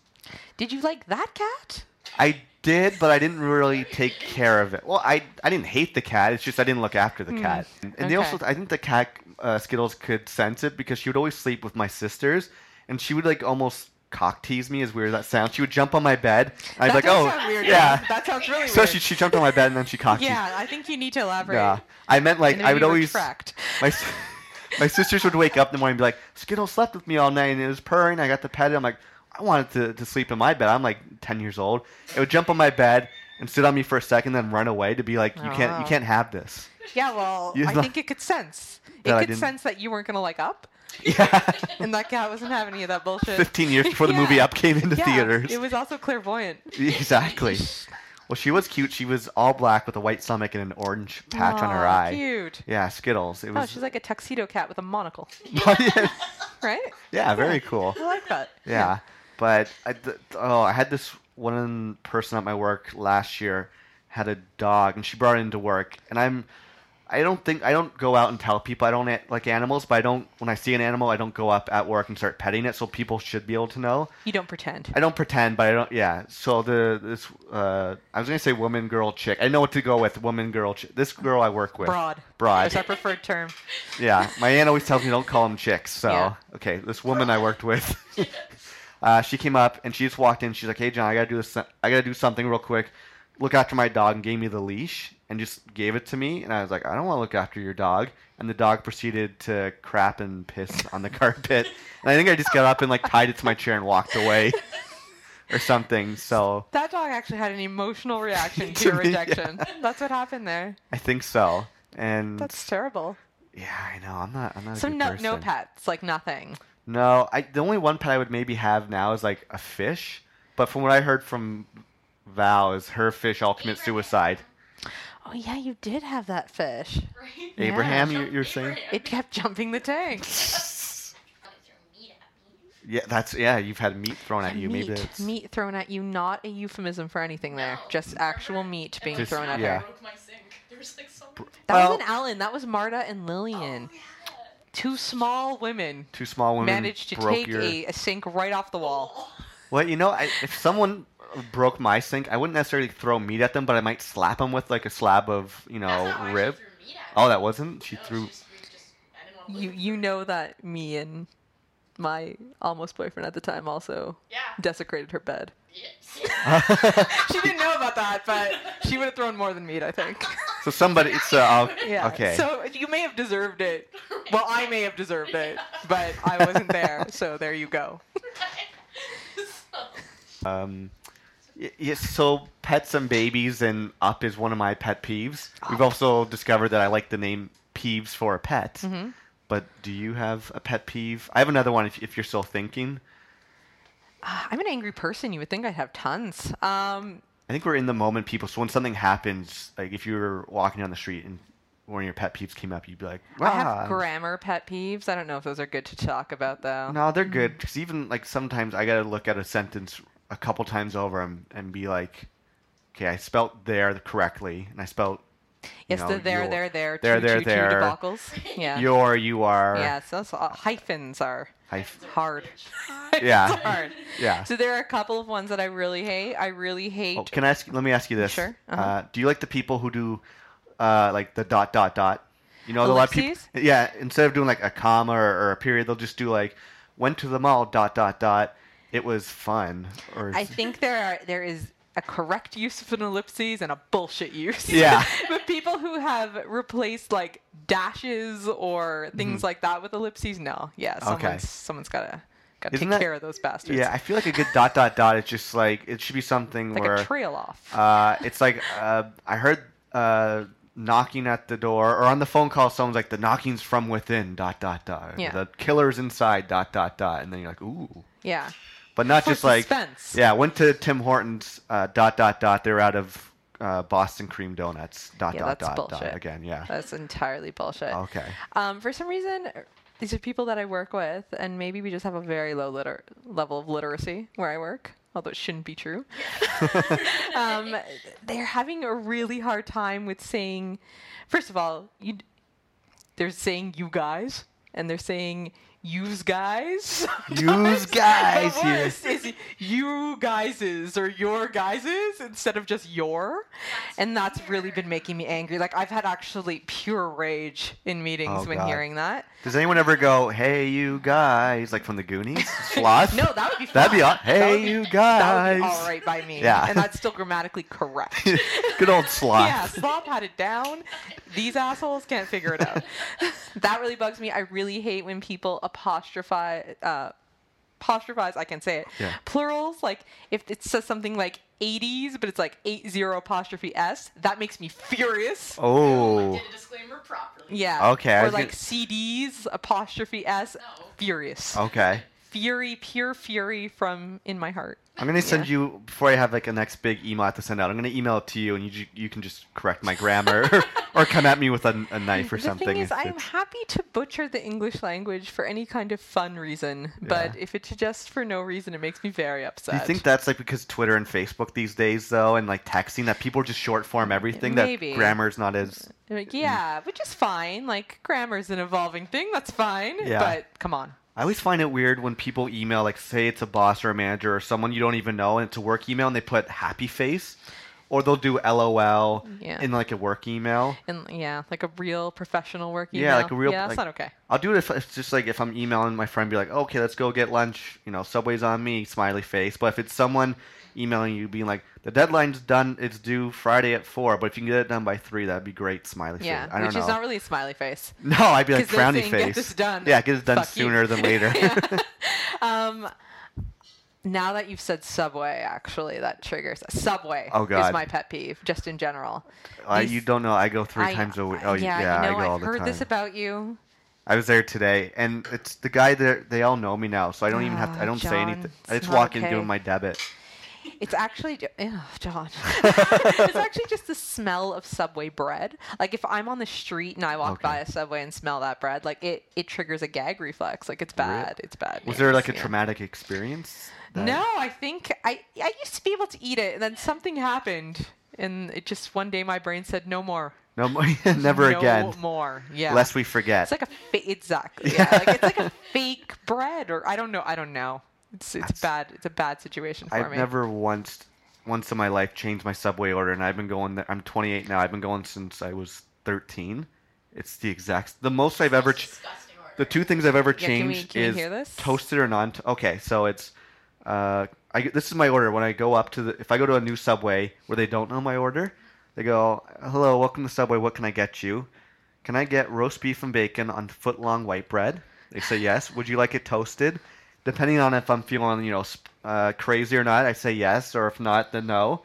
S2: Did you like that cat?
S1: I did, but I didn't really take care of it. Well, I I didn't hate the cat. It's just I didn't look after the cat. And they
S2: Hmm. okay.
S1: also, I think the cat uh, Skittles could sense it because she would always sleep with my sisters, and she would like almost cock tease me as weird as that sounds. She would jump on my bed. and I'd
S2: that
S1: be like,
S2: does
S1: oh,
S2: sound weird.
S1: yeah.
S2: That sounds really
S1: So
S2: weird.
S1: she she jumped on my bed and then she cock teased.
S2: yeah, I think you need to elaborate.
S1: Yeah. I meant like
S2: And
S1: I
S2: then
S1: would
S2: you
S1: always
S2: retract.
S1: my s- my sisters would wake up in the morning and be like, Skittles slept with me all night and it was purring. I got to pet it. I'm like, I wanted to, to sleep in my bed. I'm like 10 years old. It would jump on my bed and sit on me for a second, then run away to be like, you can't you
S2: Oh.
S1: can't have this.
S2: Yeah, well,
S1: You
S2: I
S1: know-
S2: think it could sense. It
S1: That I
S2: could
S1: didn't-
S2: sense that you weren't gonna like up,
S1: Yeah.
S2: and that cat wasn't having any of that bullshit.
S1: 15 years before the
S2: Yeah.
S1: movie Up came into
S2: yeah,
S1: theaters.
S2: It was also clairvoyant.
S1: exactly. Well, she was cute. She was all black with a white stomach and an orange patch on her
S2: Aw,
S1: eye.
S2: Cute.
S1: Yeah, Skittles. It
S2: Oh,
S1: was
S2: she's like a tuxedo cat with a monocle,
S1: yeah,
S2: right?
S1: very cool.
S2: I like that.
S1: Yeah, but I, th- oh, I had this one person at my work last year had a dog, and she brought it into work, and I'm. I don't think I don't go out and tell people I don't a- like animals, but I don't when I see an animal, I don't go up at work and start petting it. So people should be able to know.
S2: You don't pretend.
S1: I don't pretend, but I don't. Yeah. So the this uh, I was gonna say woman, girl, chick. I know what to go with. Woman, girl, chick. This girl I work with.
S2: Broad.
S1: Broad.
S2: It's our preferred term.
S1: Yeah, my aunt always tells me don't call them chicks. So
S2: Yeah.
S1: okay, this woman I worked with, uh, she came up and she just walked in. She's like, "Hey, John, I gotta do this. I gotta do something real quick. Look after my dog." And gave me the leash and just gave it to me. And I was like, "I don't want to look after your dog." And the dog proceeded to crap and piss on the carpet. And I think I just got up and like tied it to my chair and walked away, or something. So
S2: That dog actually had an emotional
S1: To
S2: reaction to your
S1: me, yeah.
S2: rejection. That's what happened there.
S1: I think so. And
S2: That's terrible.
S1: yeah, I know. I'm not. I'm not. a
S2: So
S1: good
S2: no, no
S1: person.
S2: pets, like nothing.
S1: No, I the only one pet I would maybe have now is like a fish. But from what I heard from Val, is her fish all commit suicide.
S2: Oh yeah, you did have that fish.
S3: Right?
S2: Yeah.
S1: Abraham, you, you're saying?
S3: Abraham.
S2: It kept jumping the tank.
S3: What is your meat at me?
S1: Yeah, that's yeah. You've had meat thrown at you.
S2: meat,
S1: Maybe it's
S2: meat thrown at you, not a euphemism for anything there.
S3: No.
S2: Just actual meat being
S1: Just-
S2: thrown at
S1: yeah.
S2: her.
S3: broke my sink. There was like so many.
S2: That
S1: Well-
S2: wasn't Alan. That was Marta and Lillian. Two small women
S1: two small women
S2: managed to
S1: broke
S2: take
S1: your.
S2: a, a sink right off the wall.
S1: Well, you know, I, if someone broke my sink, I wouldn't necessarily throw meat at them, but I might slap them with like a slab of you
S3: That's
S1: know
S3: not why she
S1: rib.
S3: threw meat at
S1: Oh,
S3: me.
S1: that wasn't. She
S3: No,
S1: threw.
S3: just- we just- I didn't wanna
S2: You
S3: lose
S2: you know that me and my almost boyfriend at the time also
S3: Yeah.
S2: desecrated her bed.
S3: Yeah.
S2: She didn't know about that, but she would have thrown more than meat, I think.
S1: so somebody. So uh, I'll,
S2: Yeah.
S1: okay.
S2: So you may have deserved it. Well, I may have deserved it, but I wasn't there, so there you go.
S3: So-
S1: Um, y- yes, so pets and babies and up is one of my pet peeves. We've also discovered that I like the name peeves for a pet.
S2: Mm-hmm.
S1: But do you have a pet peeve? I have another one if, if you're still thinking.
S2: Ah, I'm an angry person. You would think I'd have tons. Um,
S1: I think we're in the moment, people. So when something happens, like if you were walking down the street and one of your pet peeves came up, you'd be like, wow.
S2: I have grammar pet peeves. I don't know if those are good to talk about, though.
S1: No, they're good.
S2: Mm-hmm.
S1: Because even like sometimes I got to look at a sentence a couple times over and, and be like, okay, I spelt there correctly, and I spelt you
S2: Yes,
S1: know,
S2: the there,
S1: your-
S2: there, there,
S1: there,
S2: choo,
S1: there,
S2: choo, choo
S1: there.
S2: debacles. Yeah.
S1: your, you are.
S2: yeah, so that's, all- hyphens are
S1: hyph-
S2: hard.
S1: Yeah.
S2: It's hard.
S1: yeah.
S2: So there are a couple of ones that I really hate. I really hate.
S1: Oh, can I ask? Let me ask you this.
S2: Sure,
S1: uh
S2: uh-huh.
S1: do you like the people who do, uh, like the dot dot dot? You know, a lot of people.
S2: Ellipses?
S1: Yeah, instead of doing like a comma or, or a period, they'll just do like went to the mall dot dot dot. It was fun. Or
S2: I think there are there is a correct use of an ellipses and a bullshit use.
S1: Yeah.
S2: but people who have replaced like dashes or
S1: Mm-hmm.
S2: things like that with ellipses, no. Yeah, someone's someone's gotta gotta
S1: Isn't
S2: take
S1: that-
S2: care of those bastards.
S1: yeah, I feel like a good dot dot dot. It's just like it should be something
S2: like
S1: where
S2: a trail off.
S1: uh, it's like uh, I heard uh, knocking at the door or on the phone call. Someone's like the knocking's from within dot dot dot. or
S2: Yeah.
S1: The killer's inside dot dot dot, and then you're like ooh.
S2: yeah.
S1: But not
S2: For
S1: just like
S2: suspense.
S1: yeah. Went to Tim Hortons. Uh, dot dot dot. They're out of uh, Boston cream donuts. Dot
S2: Yeah,
S1: dot
S2: that's
S1: dot dot.
S2: bullshit.
S1: Again, yeah. Oh,
S2: That's entirely bullshit.
S1: okay.
S2: Um, for some reason, these are people that I work with, and maybe we just have a very low liter- level of literacy where I work, although it shouldn't be true. um, they're having a really hard time with saying, first of all, you, d- they're saying you guys, and they're saying yous guys. sometimes.
S1: Yous guys,
S2: The
S1: yeah.
S2: worst is you guyses or your guyses instead of just your. And that's really been making me angry. Like, I've had actually pure rage in meetings
S1: Oh,
S2: when
S1: God.
S2: hearing that.
S1: Does anyone ever go, "Hey, you guys," like from the Goonies? Sloth?
S2: No, that would be fun.
S1: That'd be aw- Hey,
S2: would be-
S1: you
S2: That would
S1: guys.
S2: be all right by me.
S1: Yeah.
S2: And that's still grammatically correct.
S1: Good old Sloth.
S2: Yeah, Slop had it down. These assholes can't figure it out. that really bugs me. I really hate when people apostrophize. Uh, apostrophize i can say it
S1: Yeah.
S2: plurals like if it says something like 80s but it's like 80 apostrophe s that makes me furious
S3: I
S1: Oh.
S3: did a disclaimer properly.
S2: yeah
S1: Okay, I
S2: or
S1: was
S2: like
S1: gonna-
S2: cds apostrophe s
S3: No.
S2: furious
S1: Okay.
S2: fury pure fury from in my heart
S1: I'm gonna send
S2: Yeah.
S1: you before I have like a next big email I have to send out. I'm gonna email it to you, and you ju- you can just correct my grammar or come at me with a, a knife or
S2: the
S1: something.
S2: thing is,
S1: if
S2: I'm
S1: it's-
S2: happy to butcher the English language for any kind of fun reason, but if it's just for no reason, it makes me very upset.
S1: Do you think that's like because Twitter and Facebook these days though, and like texting, that people just short form everything?
S2: Maybe.
S1: That grammar's not as
S2: They're like, yeah, which is fine. Like, grammar's an evolving thing. That's fine.
S1: Yeah.
S2: But come on.
S1: I always find it weird when people email, like, say it's a boss or a manager or someone you don't even know, and it's a work email, and they put happy face, or they'll do LOL
S2: Yeah.
S1: in like a work email.
S2: And yeah, like a real professional work email.
S1: Yeah, like a real-
S2: Yeah,
S1: like-
S2: that's not okay.
S1: I'll do it if it's just like if I'm emailing my friend, be like, okay, let's go get lunch. You know, Subway's on me, smiley face. But if it's someone emailing you being like, the deadline's done, it's due Friday at four, but if you can get it done by three, that'd be great, smiley face. I
S2: Yeah,
S1: don't
S2: which
S1: know.
S2: is not really a smiley face.
S1: no, I'd be like
S2: 'Cause they're
S1: frowny
S2: saying,
S1: face.
S2: "Get this done."
S1: Yeah, get this done
S2: Fuck you.
S1: sooner than later.
S2: Yeah. um, now that you've said Subway, actually, that triggers Subway.
S1: Oh, God.
S2: is my pet peeve, just in general.
S1: Uh,
S2: These-
S1: you don't know. I go three
S2: I-
S1: times a week.
S2: I-
S1: Oh, yeah, yeah
S2: you know,
S1: I go all
S2: have
S1: the
S2: heard
S1: time.
S2: this about you.
S1: I was there today, and it's the guy that they all know me now, so I don't even have. To,
S2: Ah,
S1: I don't say
S2: John,
S1: anything. I
S2: it's
S1: just
S2: not
S1: walk in
S2: okay.
S1: doing my debit.
S2: It's actually, ju- Ugh, John. it's actually just the smell of Subway bread. Like if I'm on the street and I walk
S1: Okay.
S2: by a Subway and smell that bread, like it, it triggers a gag reflex. Like it's
S1: Really?
S2: bad. It's bad.
S1: Was there
S2: news,
S1: like a
S2: yeah.
S1: traumatic experience? that-
S2: No, I think I I used to be able to eat it, and then something happened, and it just one day my brain said no more.
S1: no, more- never
S2: no
S1: again.
S2: more. Yeah.
S1: Lest we forget.
S2: It's like a fa- exactly. Yeah. like it's like a fake bread, or I don't know. I don't know. It's it's
S1: That's-
S2: bad. It's a bad situation for
S1: I've
S2: me.
S1: never once, once in my life, changed my Subway order, and I've been going. There, I'm 28 now. I've been going since I was 13. It's the exact, the most I've ever.
S3: That's
S1: Ch-
S3: disgusting order.
S1: the two things I've ever
S2: Yeah, can we-
S1: changed
S2: can we
S1: is
S2: hear this?
S1: toasted or non. Okay, so it's. Uh, I, this is my order. When I go up to the, if I go to a new Subway where they don't know my order, they go, "Hello, welcome to Subway. What can I get you? Can I get roast beef and bacon on foot long white bread?" They say yes. Would you like it toasted? Depending on if I'm feeling, you know, sp- uh, crazy or not, I say yes, or if not, then no.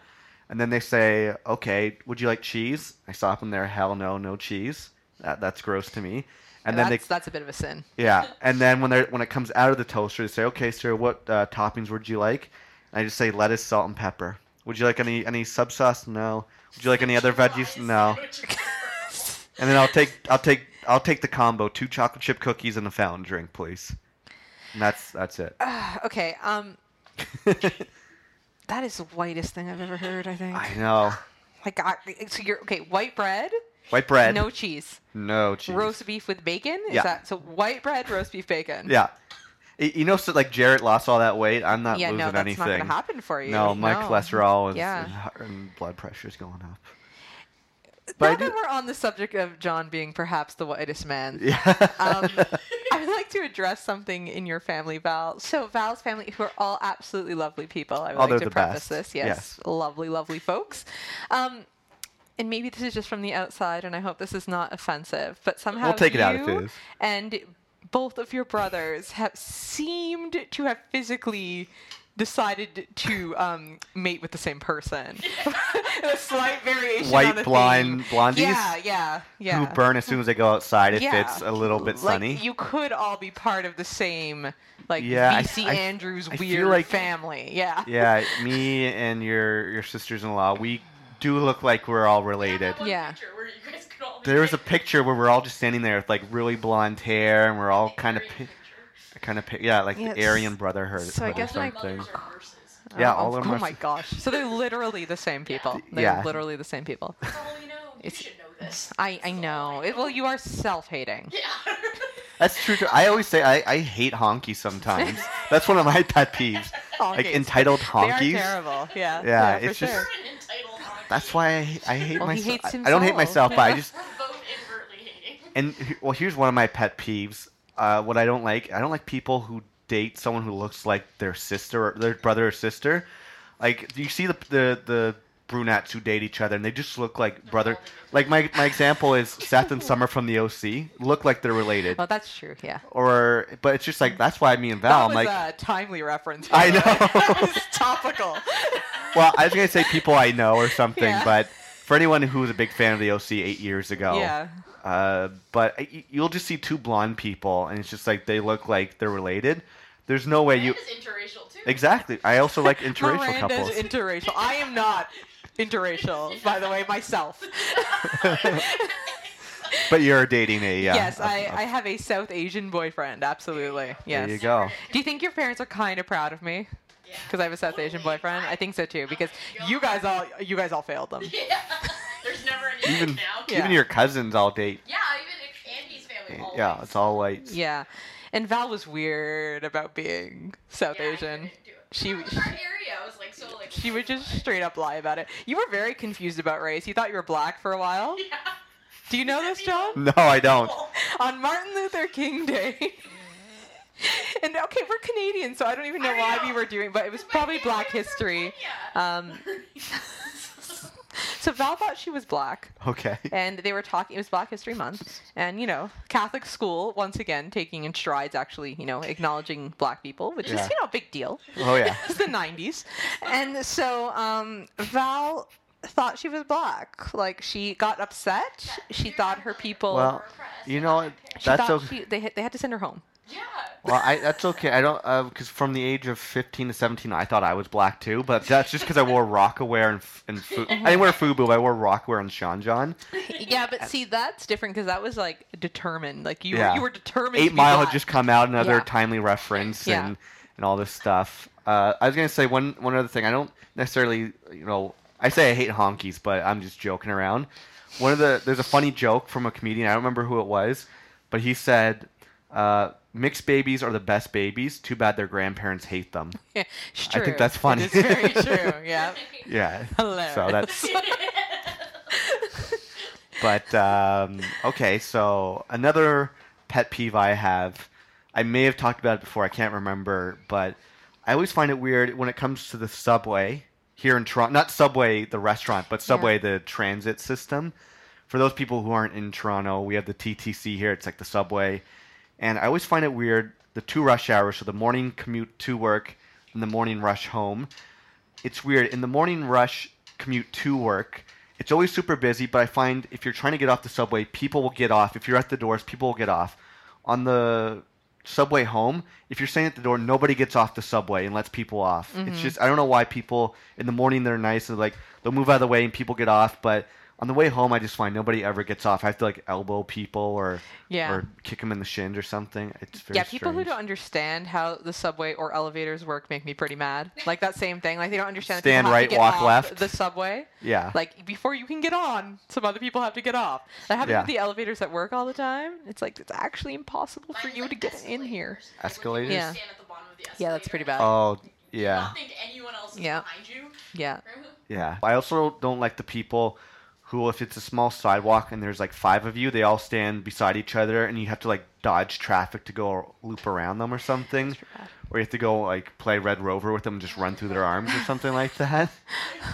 S1: And then they say, "Okay, would you like cheese?" I stop them there. Hell no, no cheese. That, that's gross to me. And then they
S2: that's, that's a bit of a sin.
S1: yeah, and then when they are when it comes out of the toaster, they say, "Okay, sir, what uh, toppings would you like?" And I just say lettuce, salt, and pepper. Would you like any any sub sauce? No. Would you like any other veggies? No. And then I'll take I'll take I'll take the combo: two chocolate chip cookies and a fountain drink, please. And that's that's it.
S2: okay. Um, That is the whitest thing I've ever heard. I think.
S1: I know.
S2: Like, I, so you're okay. White bread,
S1: White bread.
S2: no cheese.
S1: No cheese.
S2: Roast beef with bacon. Is
S1: Yeah.
S2: that so? White bread, roast beef, bacon.
S1: Yeah. Y- You know, so like Jarrett lost all that weight. I'm not
S2: Yeah.
S1: losing
S2: No, that's
S1: anything.
S2: not gonna happen for you.
S1: No, my cholesterol is
S2: Yeah.
S1: and heart- and blood pressure is going up. but I
S2: Now
S1: do-
S2: that we're on the subject of John being perhaps the whitest man,
S1: Yeah.
S2: um, I'd like to address something in your family, Val. So Val's family, who are all absolutely lovely people, I would
S1: Oh, they're
S2: like to
S1: the
S2: preface
S1: best.
S2: this. Yes,
S1: Yes.
S2: lovely, lovely folks. Um, and maybe this is just from the outside, and I hope this is not offensive. But somehow
S1: take it out if
S2: you
S1: it is.
S2: And both of your brothers have seemed to have physically decided to um, mate with the same person. a slight variation. on
S1: White
S2: a
S1: blind
S2: theme.
S1: blondies
S2: Yeah, yeah, yeah.
S1: who burn as soon as they go outside if
S2: Yeah.
S1: it's a little bit sunny.
S2: Like you could all be part of the same like
S1: Yeah, I-
S2: VC
S1: I-
S2: Andrews
S1: I feel
S2: weird
S1: like-
S2: family. Yeah.
S1: yeah, me and your your sisters-in-law, we do look like we're all related.
S3: That one
S2: Yeah.
S3: picture where you guys could all be
S1: There was a
S3: like-
S1: picture where we're all just standing there with like really blonde hair, and we're all kind of, pi-
S3: Aryan picture.
S1: kind of, pi- yeah, like
S2: Yeah,
S1: the
S2: it's-
S1: Aryan Brotherhood.
S2: so I
S1: or
S2: guess
S3: All
S2: my-
S3: their
S1: something.
S3: mothers are verses.
S1: Yeah,
S2: Oh,
S1: all
S2: oh,
S1: of them
S2: Oh
S1: are-
S2: my gosh. So they're literally the same people. They're
S1: Yeah.
S2: literally the same people.
S3: That's all we know. You
S2: It's-
S3: should know this.
S2: I, I know. It, well, you are self-hating.
S3: Yeah.
S1: That's true. too. I always say I, I hate honkies sometimes. That's one of my pet peeves. Like
S2: Honkies.
S1: entitled
S2: They are
S1: honkies.
S2: terrible. Yeah.
S1: Yeah,
S2: for
S1: it's just-
S2: sure.
S3: You're an entitled honky.
S1: That's why I, I hate
S2: Well, he
S1: myself.
S2: hates
S1: I, I don't hate
S2: himself.
S1: myself, but I just
S3: We're both invertly hating.
S1: and he- well, here's one of my pet peeves. Uh, what I don't like, I don't like people who date someone who looks like their sister or their brother or sister. Like you see the the the brunettes who date each other and they just look like brother. Like my my example is Seth and Summer from the OC look like they're related.
S2: Well, that's true. Yeah.
S1: Or but it's just like that's why me and
S2: That
S1: Val.
S2: was
S1: I'm like
S2: a timely reference.
S1: I
S2: by the way.
S1: know.
S2: That was topical.
S1: well, I was gonna say people I know or something,
S2: Yeah.
S1: but for anyone who was a big fan of the OC eight years ago,
S2: Yeah.
S1: Uh, but y- you'll just see two blonde people, and it's just like they look like they're related. There's no way you
S3: Miranda's interracial too.
S1: exactly. I also like interracial
S2: Miranda's
S1: couples.
S2: interracial. I am not interracial, by the way, myself.
S1: but you're dating a yeah.
S2: yes,
S1: a-
S2: I,
S1: a-
S2: I have a South Asian boyfriend. Absolutely. Yes.
S1: There you go.
S2: Do you think your parents are kind of proud of me
S3: Yeah.
S2: because I have a South Asian
S3: Totally.
S2: boyfriend? I think so too because
S3: God.
S2: you guys all you guys all failed them.
S3: Yeah. There's never an end
S1: Even
S3: now.
S2: Yeah.
S1: even your cousins all date.
S3: Yeah, even Andy's family. Always.
S1: Yeah, it's all white.
S2: Yeah. And Val was weird about being South
S3: Yeah, I
S2: Asian.
S3: couldn't do it.
S2: She
S3: Our area was like so like.
S2: she would just straight up lie about it. You were very confused about race. You thought you were black for a while.
S3: Yeah.
S2: Do you know this, John?
S1: No, I don't.
S2: on Martin Luther King Day. and okay, we're Canadian, so I don't even know
S3: I
S2: why
S3: know.
S2: we were doing, but it was
S3: My
S2: probably
S3: family
S2: Black
S3: was from
S2: History.
S3: Kenya.
S2: Um, so Val thought she was black,
S1: Okay.
S2: and they were talking. It was Black History Month, and you know, Catholic school once again taking in strides, actually, you know, acknowledging black people, which
S1: Yeah.
S2: is you know a big deal.
S1: Oh yeah.
S2: It's the 90s. And so um, Val thought she was black. Like she got upset. She thought her people.
S1: Well, you know what?
S2: she
S1: that's
S2: thought
S1: okay.
S2: she, they, had- they had to send her home.
S3: Yeah.
S1: Well, I, that's okay. I don't because from the age of fifteen to seventeen, I thought I was black too, but that's just because I wore Rockaware and f- and fu- I didn't wear Fubu. I wore Rockaware and Shanjon.
S2: Yeah, but see, that's different because that was like determined. Like you,
S1: Yeah.
S2: were, you were determined. to
S1: Eight
S2: be
S1: Mile
S2: black.
S1: had just come out, another
S2: Yeah.
S1: timely reference,
S2: Yeah.
S1: and and all this stuff. Uh, I was gonna say one one other thing. I don't necessarily, you know, I say I hate honkies, but I'm just joking around. One of the there's a funny joke from a comedian. I don't remember who it was, but he said. Uh, Mixed babies are the best babies. Too bad their grandparents hate them.
S2: Yeah, it's
S1: I
S2: true.
S1: think that's funny.
S2: It's very true. Yeah.
S1: Yeah.
S2: Hilarious.
S1: So that's but um, okay. So another pet peeve I have, I may have talked about it before. I can't remember, but I always find it weird when it comes to the subway here in Toronto. Not subway the restaurant, but subway the transit system. For those people who aren't in Toronto, we have the TTC here. It's like the subway, and I always find it weird the two rush hours, so the morning commute to work and the morning rush home it's weird. In the morning rush commute to work, it's always super busy, but I find if you're trying to get off the subway, people will get off. If you're at the doors, people will get off. On the subway home, if you're staying at the door, nobody gets off the subway and lets people
S2: Mm-hmm.
S1: off. It's just I don't know why people in the morning they're nice and like they'll move out of the way and people get off, but on the way home, I just find nobody ever gets off. I have to like elbow people or
S2: Yeah.
S1: or kick them in the shins or something. It's very
S2: yeah, people who
S1: strange.
S2: don't understand how the subway or elevators work make me pretty mad. Like that same thing. Like they don't understand. that people
S1: Stand
S2: have to
S1: right,
S2: get
S1: walk
S2: off
S1: left.
S2: The subway.
S1: Yeah.
S2: Like before you can get on, some other people have to get off. That happens
S1: Yeah.
S2: with the elevators at work all the time. It's like it's actually impossible for you to get in here.
S1: Escalators?
S2: Yeah.
S3: Stand at the bottom of the escalator.
S2: Yeah, that's pretty bad.
S1: oh
S3: I
S1: yeah.
S3: don't think anyone else is
S2: Yeah.
S3: behind you.
S2: Yeah.
S1: Yeah. I also don't like the people who, if it's a small sidewalk and there's like five of you, they all stand beside each other and you have to like dodge traffic to go loop around them or something. Or you have to go like play Red Rover with them and just run through their arms or something like that.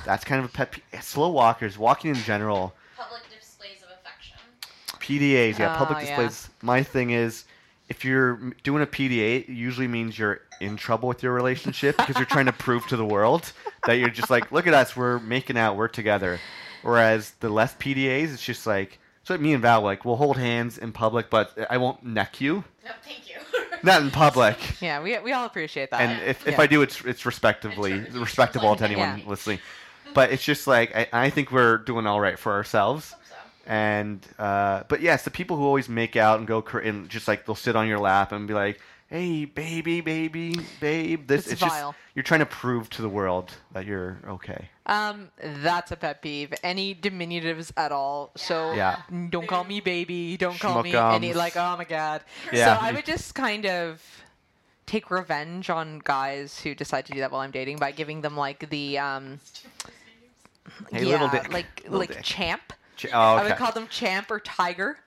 S1: That's kind of a pet peeve. Slow walkers, walking in general,
S3: Public displays of affection.
S1: PDAs, yeah, public
S2: Oh, yeah.
S1: displays. My thing is. If you're m- doing a PDA, it usually means you're in trouble with your relationship because you're trying to prove to the world that you're just like, look at us, we're making out, we're together. Whereas the less PDAs, it's just like, so me and Val like, we'll hold hands in public, but I won't neck you,
S3: No, thank you.
S1: not in public.
S2: Yeah. We we all appreciate that.
S1: And if, if
S2: Uh, Yeah.
S1: I do, it's it's respectively
S3: It's- it's
S1: respectable to
S3: like-
S1: anyone
S2: Yeah.
S1: listening. But it's just like I, I think we're doing all right for ourselves.
S3: So,
S1: And uh, but yes, the people who always make out and go cra- and just like they'll sit on your lap and be like, "Hey, baby, baby, babe," this
S2: It's
S1: it's, just
S2: vile.
S1: you're trying to prove to the world that you're okay.
S2: Um, that's a pet peeve. Any diminutives at all. So
S1: Yeah.
S2: don't call me baby. Don't call me
S1: Schmuckums.
S2: any like oh my god.
S1: Yeah.
S2: So I would just kind of take revenge on guys who decide to do that while I'm dating by giving them like the um
S1: Hey,
S2: yeah,
S1: little dick,
S2: like
S1: little
S2: like
S1: dick.
S2: champ.
S1: Ch- oh,
S2: I
S1: okay.
S2: would call them champ or tiger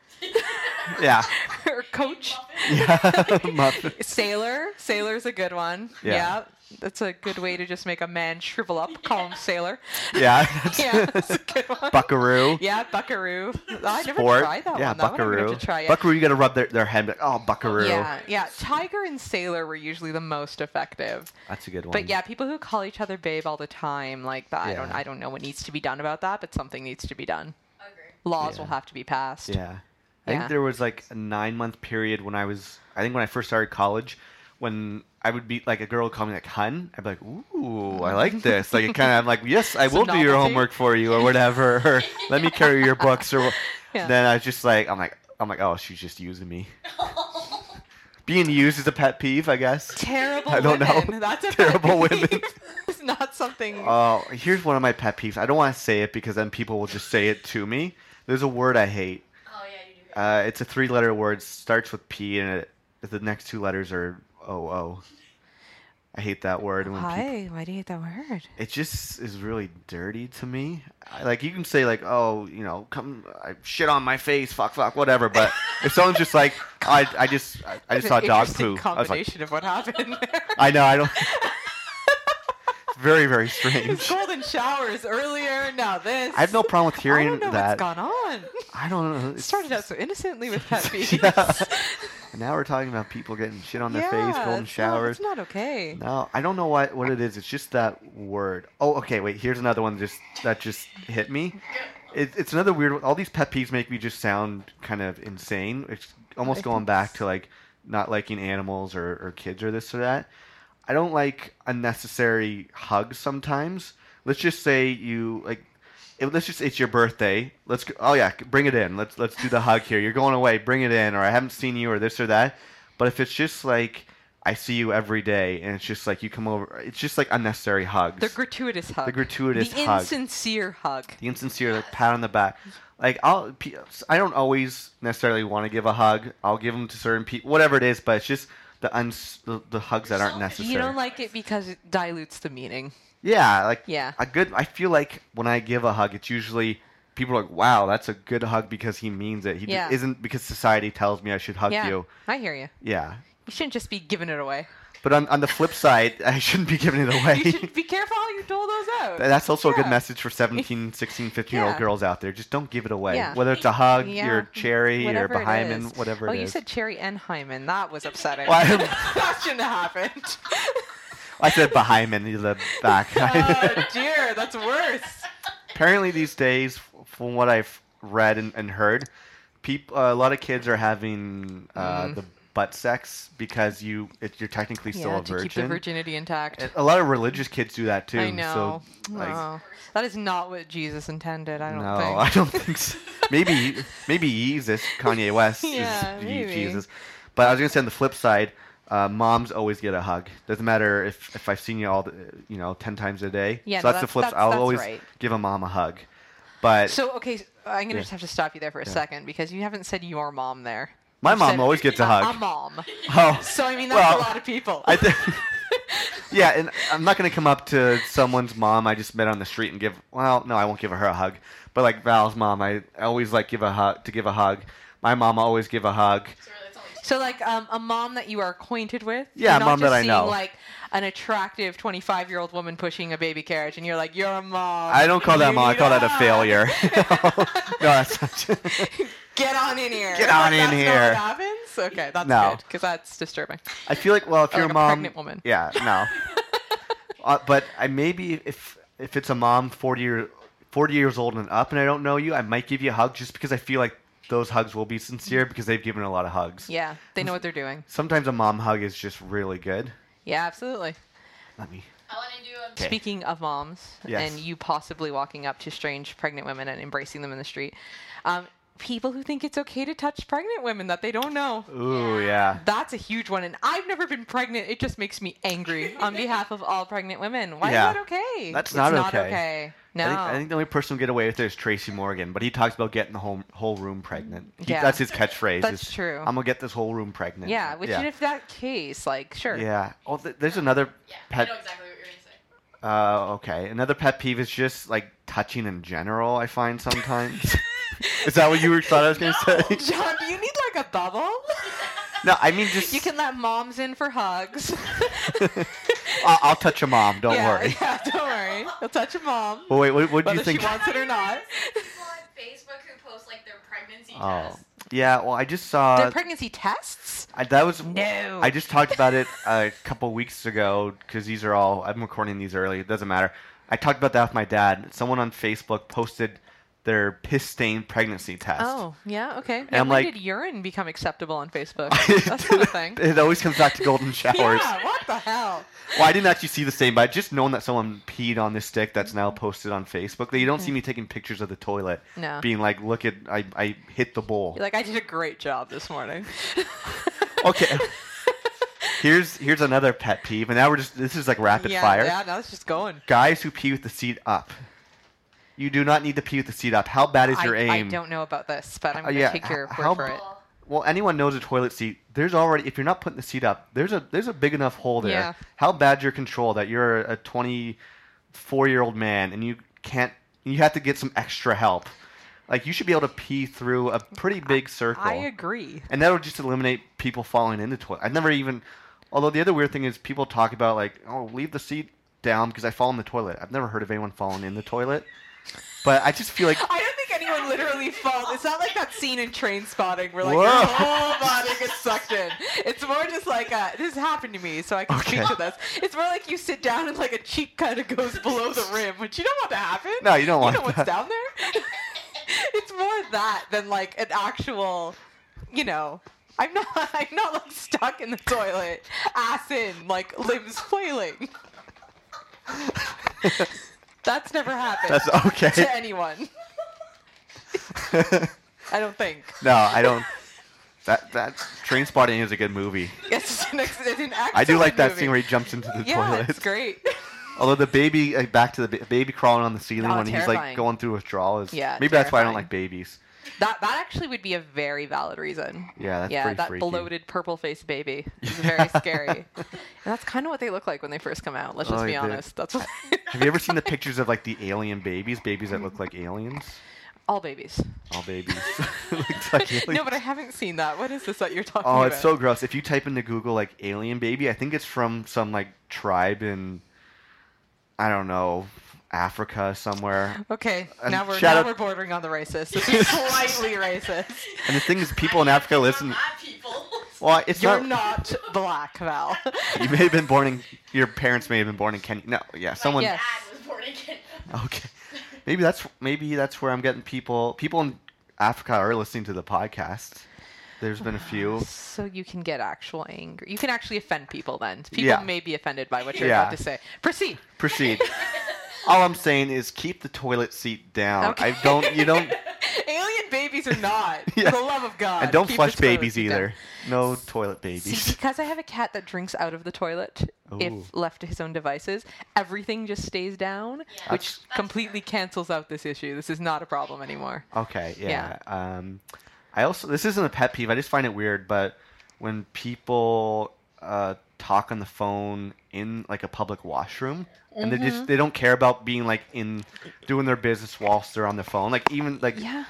S1: yeah,
S2: or coach.
S1: yeah, Muffin.
S2: Sailor. Sailor's a good one.
S1: Yeah.
S2: That's a good way to just make a man shrivel up, call him sailor.
S1: yeah,
S2: Yeah, that's a good one.
S1: Buckaroo.
S2: Yeah, Buckaroo. I never
S1: Sport.
S2: tried that
S1: yeah,
S2: one. That one I'm gonna
S1: Buckaroo.
S2: have to try it.
S1: Buckaroo, you got to rub their, their head. Like, oh, Buckaroo.
S2: Yeah, yeah. Tiger and Sailor were usually the most effective.
S1: That's a good one.
S2: But yeah, people who call each other babe all the time, like that, I don't,
S1: Yeah.
S2: I don't know what needs to be done about that, but something needs to be done.
S3: agree.
S2: Laws
S1: Yeah.
S2: will have to be passed.
S1: Yeah. I
S2: Yeah.
S1: think there was like a nine month period when I was, I think when I first started college, when I would be like a girl would call me like hun, I'd be like, ooh, I like this. Like it kind of, I'm like, yes, I
S2: It's a
S1: will do your
S2: novelty.
S1: homework for you or whatever, or let me carry your books or. wha-
S2: Yeah.
S1: Then I was just like, I'm like, I'm like, oh, she's just using me.
S3: Oh,
S1: Being used is a pet peeve, I guess.
S2: Terrible
S1: I don't know.
S2: women. That's a pet
S1: Terrible
S2: peeve.
S1: women.
S2: it's not something.
S1: Oh, here's one of my pet peeves. I don't want to say it because then people will just say it to me. There's a word I hate.
S3: Oh yeah, you do. That.
S1: Uh, it's a three letter word. Starts with P, and it, the next two letters are O O. I hate that word. When people,
S2: Why? Why do you hate that word?
S1: it just is really dirty to me. I, like you can say like, oh, you know, come I, shit on my face, fuck, fuck, whatever. But if someone's just like, I, I just, I, I just saw
S2: An
S1: dog
S2: interesting
S1: poo. I was like,
S2: Combination of what happened. there.
S1: I know, I don't. very, very
S2: It's
S1: strange.
S2: golden showers earlier. Now this.
S1: I have no problem with
S2: I
S1: hearing
S2: don't know
S1: that.
S2: what's gone on.
S1: I don't know.
S2: It
S1: It's-
S2: started out so innocently with pet peeves.
S1: And now we're talking about people getting shit on their
S2: Yeah,
S1: face, golden
S2: it's not-
S1: showers.
S2: It's not, okay.
S1: No, I don't know what what it is. It's just that word. Oh, okay. Wait, here's another one. Just that just hit me. It, it's another weird. one. All these pet peeves make me just sound kind of insane. It's almost
S2: I
S1: going
S2: think
S1: back
S2: s-
S1: to like not liking animals or, or kids or this or that. I don't like unnecessary hugs sometimes. Let's just say you like. If, let's just it's your birthday. Let's go, oh yeah, bring it in. Let's let's do the hug here. You're going away. Bring it in. Or I haven't seen you or this or that. But if it's just like I see you every day and it's just like you come over, it's just like unnecessary hugs.
S2: The gratuitous hug.
S1: The gratuitous
S2: the
S1: hug.
S2: insincere hug.
S1: the insincere like, pat on the back. Like I'll, pe- I don't always necessarily want to give a hug. I'll give them to certain people, whatever it is. But it's just the uns- the, the hugs that aren't
S3: Yourself.
S1: necessary.
S2: You don't like it because it dilutes the meaning.
S1: Yeah, like
S2: Yeah.
S1: a good. I feel like when I give a hug, it's usually people are like, "Wow, that's a good hug because he means it. He
S2: Yeah.
S1: isn't because society tells me I should hug
S2: yeah,
S1: you."
S2: I hear you.
S1: Yeah,
S2: You shouldn't just be giving it away.
S1: but on on the flip side, I shouldn't be giving it
S2: You
S1: away.
S2: should be careful how you dole those out.
S1: That's also a good
S2: Yeah.
S1: message for 17, 16, 15 year old
S2: Yeah.
S1: girls out there. Just don't give it away.
S2: Yeah.
S1: Whether it's a hug,
S2: Yeah.
S1: your cherry,
S2: Whatever
S1: your
S2: it
S1: hymen,
S2: is.
S1: whatever
S2: oh,
S1: it
S2: you
S1: is.
S2: said cherry and hymen. That was upsetting.
S1: Well, I-
S2: that shouldn't have happened.
S1: I said behymen, the back.
S2: oh dear, that's worse.
S1: apparently these days f- from
S2: Mm-hmm.
S1: what i've read and, and heard peop uh, a lot of kids are having uh, the butt sex because you it, you're technically still
S2: yeah,
S1: a
S2: to keep the
S1: virgin.
S2: virginity intact.
S1: a lot of religious kids do that too.
S2: I know.
S1: So like,
S2: Oh. that is not what Jesus intended. I don't
S1: no,
S2: think.
S1: I don't think so. Maybe maybe Jesus, Kanye West
S2: Yeah,
S1: is
S2: maybe.
S1: Jesus. But I was gonna say on the flip side, uh, moms always get a hug. Doesn't matter if, if I've seen you all the, you know ten times a day.
S2: Yeah,
S1: so
S2: no,
S1: that's, the
S2: that's-
S1: flip.
S2: that's-
S1: I'll
S2: that's
S1: always
S2: right.
S1: give a mom a hug. But
S2: So okay, s- I'm gonna
S1: Yeah.
S2: just have to stop you there for a
S1: Yeah.
S2: second because you haven't said your mom there.
S1: my
S2: You've
S1: mom
S2: said
S1: always gets a
S2: A
S1: hug.
S2: mom.
S1: oh,
S2: So I mean, that's
S1: Well,
S2: a lot of people.
S1: I think. yeah, and I'm not gonna come up to someone's mom I just met on the street and give. Well, no, I won't give her a hug. But like Val's mom, I always like give a hug to give a hug. My mom always give a hug.
S3: So really, it's only two.
S2: so like um, a mom that you are acquainted with.
S1: Yeah,
S2: You're
S1: a
S2: not
S1: mom
S2: just
S1: that I
S2: seeing,
S1: know.
S2: Like an attractive 25 year old woman pushing a baby carriage, and you're like, you're a mom.
S1: I don't call that
S2: You
S1: mom. I
S2: need
S1: call that a
S2: hug.
S1: failure. no, that's not.
S2: Get on in here.
S1: Get on in
S2: That's not
S1: here.
S2: what happens? Okay, that's
S1: No.
S2: good because that's disturbing.
S1: I feel like well, if
S2: Or
S1: your
S2: like a
S1: mom,
S2: pregnant woman.
S1: yeah, no. uh, but I maybe if if it's a mom 40 year 40 years old and up, and I don't know you, I might give you a hug just because I feel like those hugs will be sincere because they've given a lot of hugs.
S2: Mm. Yeah, they know what they're doing.
S1: Sometimes a mom hug is just really good.
S2: Yeah, absolutely.
S1: Let me.
S3: I want to do a.
S1: Okay.
S2: Speaking of moms
S1: Yes.
S2: and you possibly walking up to strange pregnant women and embracing them in the street, um, people who think it's okay to touch pregnant women that they don't know.
S1: Ooh, yeah.
S2: That's a huge one, and I've never been pregnant. It just makes me angry on behalf of all pregnant women. Why
S1: Yeah.
S2: is that okay?
S1: That's
S2: It's
S1: not okay.
S2: okay. No,
S1: I, think, I think the only person who get away with it is Tracy Morgan, but he talks about getting the whole whole room pregnant. He-
S2: Yeah.
S1: That's his catchphrase.
S2: That's
S1: is,
S2: true.
S1: I'm gonna get this whole room pregnant.
S2: yeah. Which, if that case, like, sure.
S1: Yeah. Oh, th- there's another
S3: Yeah,
S1: pet.
S3: I know exactly what you're gonna say.
S1: Uh, okay. Another pet peeve is just like touching in general. I find sometimes. is that what you were thought I was gonna
S3: No.
S1: say?
S2: John, do you need like a bubble?
S1: no, I mean just.
S2: you can let moms in for hugs.
S1: I'll, I'll touch your mom. Oh, Don't
S2: yeah,
S1: worry.
S2: Yeah, don't worry. I'll touch your mom.
S1: Well, wait. What, what do
S2: Whether
S1: you think?
S2: she wants it or not.
S3: People on Facebook who post like their pregnancy
S1: oh.
S3: tests.
S1: Yeah. Well, I just saw.
S2: Their pregnancy tests?
S1: I, that was
S2: No.
S1: I just talked about it a couple weeks ago because these are all I'm recording these early. It doesn't matter. I talked about that with my dad. Someone on Facebook posted their piss stain pregnancy test.
S2: Oh, yeah, okay. And
S1: I'm
S2: when
S1: like-
S2: did urine become acceptable on Facebook? That's not a thing.
S1: it always comes back to golden showers.
S2: Yeah, what the hell?
S1: Well, I didn't actually see the stain, but I just known that someone peed on this stick that's now posted on Facebook. That you don't
S2: Mm.
S1: see me taking pictures of the toilet,
S2: No.
S1: being like, "Look at I, I hit the bowl."
S2: You're like, I did a great job this morning.
S1: Okay. here's here's another pet peeve, and now we're just this is like rapid
S2: yeah,
S1: fire.
S2: Yeah, now it's just going.
S1: guys who pee with the seat up. You do not need to pee with the seat up. How bad is your
S2: I,
S1: aim?
S2: I don't know about this, but I'm
S1: Uh,
S2: going to
S1: yeah,
S2: take your
S1: h-
S2: word
S1: how-
S2: for it.
S3: Well,
S1: Well, anyone knows a toilet seat. There's already if you're not putting the seat up, there's a there's a big enough hole there.
S2: Yeah.
S1: How bad your control that you're a 24 year old man and you can't you have to get some extra help. Like you should be able to pee through a pretty big circle.
S2: I agree.
S1: and that'll just eliminate people falling into toilet. I've never even. Although the other weird thing is people talk about like, oh, leave the seat down because I fall in the toilet. I've never heard of anyone falling in the toilet, but I just feel like
S2: I don't think anyone literally falls. It's not like that scene in Train Spotting where like
S1: Whoa.
S2: your whole body gets sucked in. It's more just like uh, this happened to me, so I can
S1: Okay.
S2: speak to this. It's more like you sit down and like a cheek kind of goes below the rim, which you don't want to happen.
S1: no, you don't
S2: you
S1: want
S2: know what's
S1: that.
S2: down there. it's more that than like an actual, you know. I'm not. I'm not like stuck in the toilet, ass in, like limbs flailing. That's never happened
S1: That's
S2: to
S1: okay.
S2: anyone. I don't think.
S1: no, I don't. That that train spotting is a good movie.
S2: It's an, ex- it's an
S1: I do like
S2: excellent
S1: that
S2: movie.
S1: scene where he jumps into the
S2: Yeah,
S1: toilet.
S2: it's great.
S1: Although the baby, like, back to the ba- baby crawling on the ceiling
S2: Oh,
S1: when he's like
S2: terrifying.
S1: going through withdrawal is
S2: Yeah,
S1: maybe that's why I don't
S2: terrifying.
S1: like babies.
S2: That that actually would be a very valid reason.
S1: Yeah, that's
S2: yeah,
S1: pretty
S2: that
S1: freaky.
S2: bloated purple faced baby is very scary. And that's kind of what they look like when they first come out. Let's just
S1: Oh,
S2: be
S1: yeah, they're-
S2: honest. That's what
S1: Have you ever seen the pictures of like the alien babies, babies that look like aliens?
S2: all babies.
S1: All babies. Looks like aliens.
S2: No, but I haven't seen that. What is this that you're talking
S1: Oh,
S2: about?
S1: it's so gross. If you type into Google like alien baby, I think it's from some like tribe in I don't know, Africa somewhere.
S2: Okay,
S1: And
S2: now we're
S1: shout
S2: now
S1: out-
S2: we're bordering on the racist. This is slightly racist.
S1: And the thing is people in
S3: I
S1: Africa
S3: am
S1: listen
S3: not people.
S1: well, it's
S2: You're
S1: not,
S2: not black, Val.
S1: you may have been born in your parents may have been born in Kenya. No, yeah, someone
S3: My
S2: Yes.
S3: dad was born again.
S1: Okay. Maybe that's maybe that's where I'm getting people people in Africa are listening to the podcast. There's been a
S2: Oh,
S1: few.
S2: So you can get actual anger. You can actually offend people then. People
S1: Yeah.
S2: may be offended by what you're
S1: Yeah.
S2: about to say. Proceed.
S1: Proceed. All I'm saying is keep the toilet seat down.
S2: Okay.
S1: I don't. You don't.
S2: Alien babies are not.
S1: Yeah.
S2: For the love of God.
S1: And don't
S2: keep
S1: flush
S2: the toilet
S1: babies
S2: seat down.
S1: either. No toilet
S2: See,
S1: babies.
S2: because I have a cat that drinks out of the toilet,
S1: Ooh.
S2: if left to his own devices, everything just stays down,
S3: Yeah.
S2: which
S3: That's-
S2: completely cancels out this issue. This is not a problem anymore.
S1: Okay. Yeah. Um, I also this isn't a pet peeve. I just find it weird, but when people uh, talk on the phone in like a public washroom, and they
S2: Mm-hmm.
S1: just they don't care about being like in doing their business whilst they're on the phone. Like even like
S2: Yeah.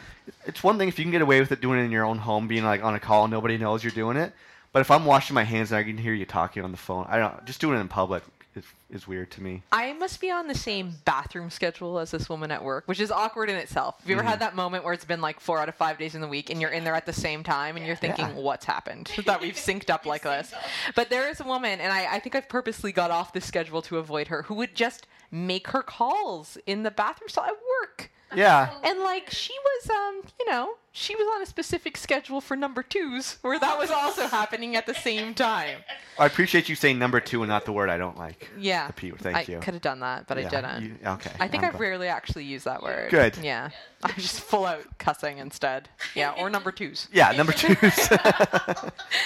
S1: it's one thing if you can get away with it doing it in your own home, being like on a call, and nobody knows you're doing it. But if I'm washing my hands and I can hear you talking on the phone, I don't just doing it in public is, is weird to me.
S2: I must be on the same bathroom schedule as this woman at work, which is awkward in itself. Have you
S1: Mm-hmm.
S2: ever had that moment where it's been like four out of five days in the week and you're in there at the same time and you're thinking,
S1: Yeah.
S2: what's happened that we've synced up like
S3: synced
S2: this?
S3: up.
S2: But there is a woman, and I, I think I've purposely got off the schedule to avoid her, who would just make her calls in the bathroom stall at work.
S1: Yeah.
S2: And like she was, um, you know, she was on a specific schedule for number twos, where that was also happening at the same time.
S1: I appreciate you saying number two and not the word I don't like.
S2: Yeah,
S1: The P- thank
S2: I
S1: you.
S2: could have done that, but I
S1: Yeah,
S2: didn't.
S1: you- okay.
S2: I think
S1: I'm
S2: I
S1: glad.
S2: rarely actually use that word.
S1: Good.
S2: Yeah, I'm just full out cussing instead. Yeah, or number twos.
S1: Yeah, number twos.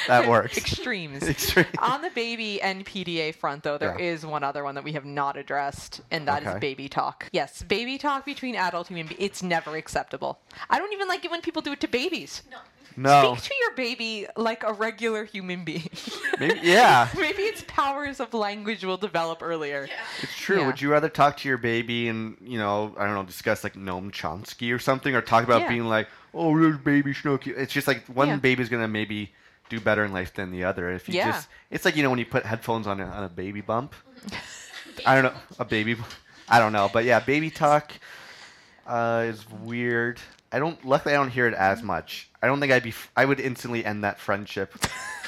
S1: that works.
S2: Extremes.
S1: Extreme.
S2: on the baby and PDA front, though, there is
S1: Yeah.
S2: one other one that we have not addressed, and that is
S1: Okay.
S2: baby talk. Yes, baby talk between adult human beings. It's never acceptable. I don't even like it when people do it to babies.
S3: No.
S1: No.
S2: Speak to your baby like a regular human being.
S1: Maybe, yeah,
S2: Maybe its powers of language will develop earlier.
S3: Yeah.
S1: it's true.
S2: Yeah.
S1: Would you rather talk to your baby and, you know, I don't know, discuss like Noam Chomsky or something or talk about
S2: Yeah.
S1: being like, oh, little baby Snooki? It's just like one
S2: Yeah.
S1: baby's going to maybe do better in life than the other. If you
S2: Yeah.
S1: just, it's like, you know, when you put headphones on a, on a baby bump. I don't know, a baby, I don't know. But yeah, baby talk uh, is weird. I don't, luckily, I don't hear it as much. I don't think I'd be, f- I would instantly end that friendship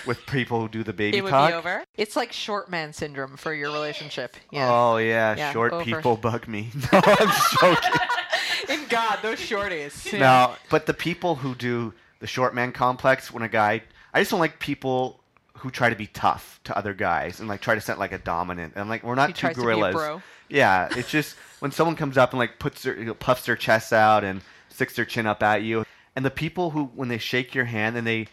S1: with people who do the baby
S2: It would
S1: talk.
S2: be over. It's like short man syndrome for your relationship. Yeah.
S1: Oh yeah,
S2: Yeah,
S1: short
S2: over.
S1: people bug me. No, I'm joking.
S2: And God, those shorties. Yeah.
S1: no, but the people who do the short man complex when a guy, I just don't like people who try to be tough to other guys and like try to set like a dominant and like we're not
S2: Who
S1: two
S2: tries to be a
S1: gorillas.
S2: bro.
S1: Yeah, it's just when someone comes up and like puts their you know, puffs their chest out and sticks their chin up at you, and the people who when they shake your hand and they.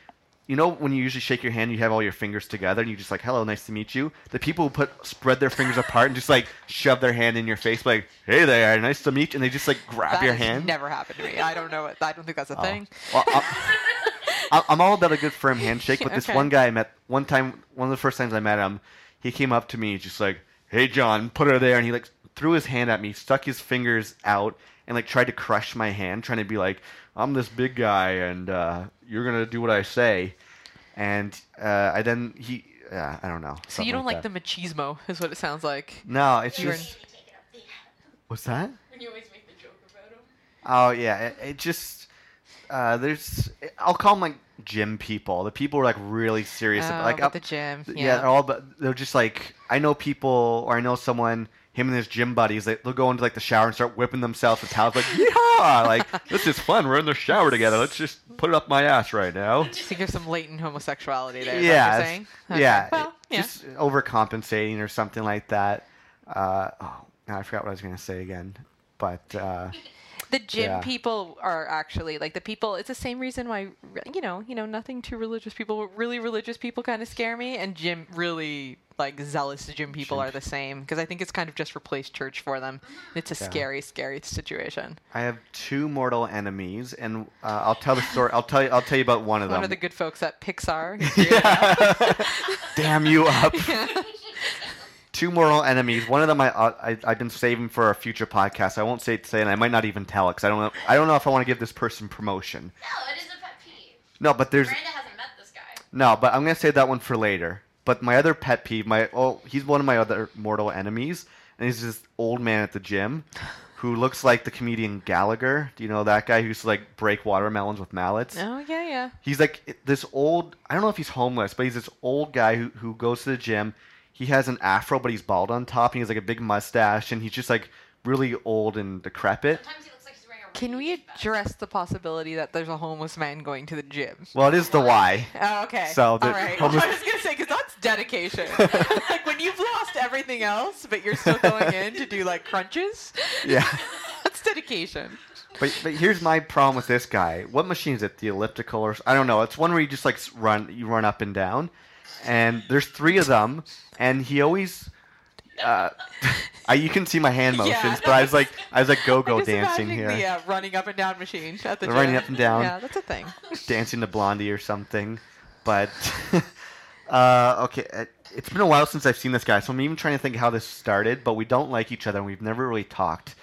S1: You know when you usually shake your hand, you have all your fingers together, and you just like, "Hello, nice to meet you." The people who put spread their fingers apart and just like shove their hand in your face, like, "Hey there, nice to meet you," and they just like grab
S2: That
S1: your
S2: has
S1: hand.
S2: never happened to me. I don't know. What, I don't think that's a
S1: Oh.
S2: thing.
S1: Well, I- I- I'm all about a good firm handshake, but this
S2: Okay.
S1: one guy I met one time, one of the first times I met him, he came up to me just like, "Hey, John, put her there," and he like threw his hand at me, stuck his fingers out, and like tried to crush my hand, trying to be like, "I'm this big guy, and uh, you're gonna do what I say." And uh, I then he, uh, I don't know.
S2: So you don't like,
S1: the
S2: the machismo, is what it sounds like.
S1: No, it's
S2: You're
S1: just
S2: in-
S3: Maybe take it up the
S1: what's that?
S3: When you always make the joke about him.
S1: Oh yeah, it, it just uh, there's I'll call them like gym people. The people who are like really serious,
S2: Oh,
S1: about, like
S2: about
S1: up,
S2: the gym.
S1: th-
S2: Yeah.
S1: they're all but they're just like I know people or I know someone. Him and his gym buddies, they, they'll go into like the shower and start whipping themselves with towels, like yeehaw, like this is fun. We're in the shower together. Let's just put it up my ass right now.
S2: I think there's some latent homosexuality there. is that what
S1: Yeah,
S2: you're
S1: it's-
S2: saying? Okay.
S1: yeah,
S2: Well,
S1: it-
S2: yeah.
S1: just overcompensating or something like that. Uh, oh, now I forgot what I was gonna say again, but uh,
S2: the gym
S1: yeah.
S2: people are actually like the people. It's the same reason why you know, you know, nothing too religious people. but Really religious people kind of scare me, and gym really like zealous gym people
S1: Gym
S2: are the same because I think it's kind of just replaced church for them. It's a
S1: Yeah.
S2: scary, scary situation.
S1: I have two mortal enemies, and uh, I'll tell the story. I'll tell you. I'll tell you about one of them.
S2: One of the good folks at Pixar.
S1: Yeah. Damn you up.
S2: Yeah.
S1: Two mortal enemies. One of them I, I I've been saving for a future podcast. I won't say it today, and I might not even tell it because I don't know. I don't know if I want to give this person promotion.
S3: No, it is a pet peeve.
S1: No, but there's
S3: Miranda hasn't met this guy.
S1: no, but I'm gonna save that one for later. But my other pet peeve, my oh, he's one of my other mortal enemies, and he's this old man at the gym, who looks like the comedian Gallagher. Do you know that guy who's like break watermelons with mallets?
S2: Oh yeah, yeah.
S1: He's like this old. I don't know if he's homeless, but he's this old guy who who goes to the gym. He has an afro, but he's bald on top, and he has like a big mustache, and he's just like really old and decrepit.
S3: Sometimes he looks like he's wearing a
S2: Can we address the possibility that there's a homeless man going to the gym?
S1: Well, it is the why.
S2: Oh, okay.
S1: So the
S2: all right.
S1: homeless-
S2: I was gonna say because that's dedication. like when you've lost everything else, but you're still going in to do like crunches.
S1: Yeah.
S2: That's dedication.
S1: But, but here's my problem with this guy. What machine is it? The elliptical or s- I don't know. It's one where you just like s- run, you run up and down, and there's three of them, and he always. Uh, I, you can see my hand
S2: Yeah.
S1: motions, but I was like, I was like go-go
S2: Just
S1: dancing
S2: imagining
S1: here,
S2: The uh, running up and down machine at the
S1: The
S2: gym.
S1: running up and down.
S2: Yeah, that's a thing.
S1: dancing to Blondie or something. But uh, okay, it- it's been a while since I've seen this guy, so I'm even trying to think how this started. But we don't like each other, and we've never really talked.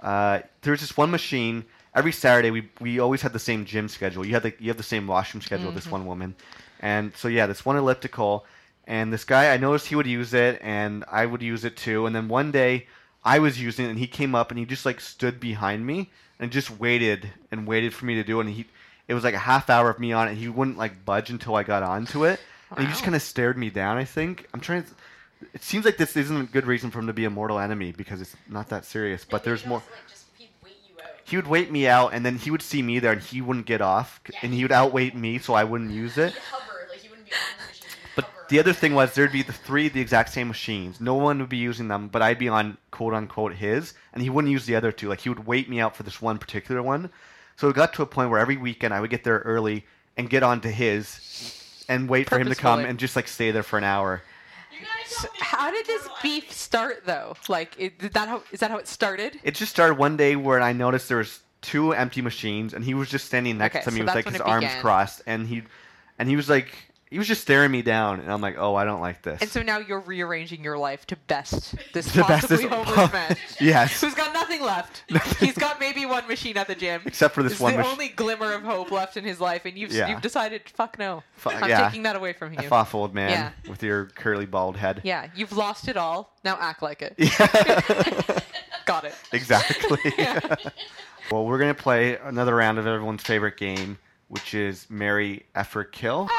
S1: Uh, there was this one machine. Every Saturday, we we always had the same gym schedule. You had the you have the same washroom schedule. with This one woman, and so yeah, this one elliptical, and this guy. I noticed he would use it, and I would use it too. And then one day, I was using it, and he came up and he just like stood behind me and just waited and waited for me to do it. And he, it was like a half hour of me on it. He wouldn't like budge until I got onto it, and he just
S2: Wow.
S1: kind of stared me down. I think I'm trying. to... It seems like this isn't a good reason for him to be a mortal enemy because it's not that serious. But there's more.
S3: Like, just, he'd wait you out.
S1: He would wait me out, and then he would see me there, and he wouldn't get off, c- and he would outwait me, so I wouldn't use it.
S3: He'd hover, like, he wouldn't be on the machine. he'd
S1: But
S3: hover
S1: the other
S3: around.
S1: thing was there'd be the three of the exact same machines. No one would be using them, but I'd be on quote unquote his, and he wouldn't use the other two. Like he would wait me out for this one particular one. So it got to a point where every weekend I would get there early and get onto his and wait for him to come
S2: Purposefully.
S1: and just like stay there for an hour.
S3: You gotta
S2: So
S3: tell me
S2: how
S3: he's
S2: did this
S3: mortal enemy.
S2: beef start though? Like, it, did that how is that how it started?
S1: It just started one day where I noticed there was two empty machines, and he was just standing next
S2: Okay,
S1: to me
S2: so
S1: with
S2: that's
S1: like
S2: when
S1: his
S2: it
S1: arms
S2: began.
S1: crossed, and he and he was like he was just staring me down, and I'm like, oh, I don't like this.
S2: And so now you're rearranging your life to best this
S1: The best
S2: possibly
S1: is-
S2: homeless man
S1: yes,
S2: who's got nothing left.
S1: Nothing.
S2: He's got maybe one machine at the gym.
S1: except for this
S2: It's
S1: one
S2: the
S1: machine.
S2: only glimmer of hope left in his life, and you've
S1: Yeah.
S2: you've decided, fuck no,
S1: Fuck,
S2: I'm
S1: yeah.
S2: taking that away from you.
S1: F off, old man, with your curly bald head.
S2: Yeah, you've lost it all. Now act like it.
S1: Yeah.
S2: got it.
S1: exactly.
S2: Yeah.
S1: well, we're gonna play another round of everyone's favorite game, which is Mary Effer Kill.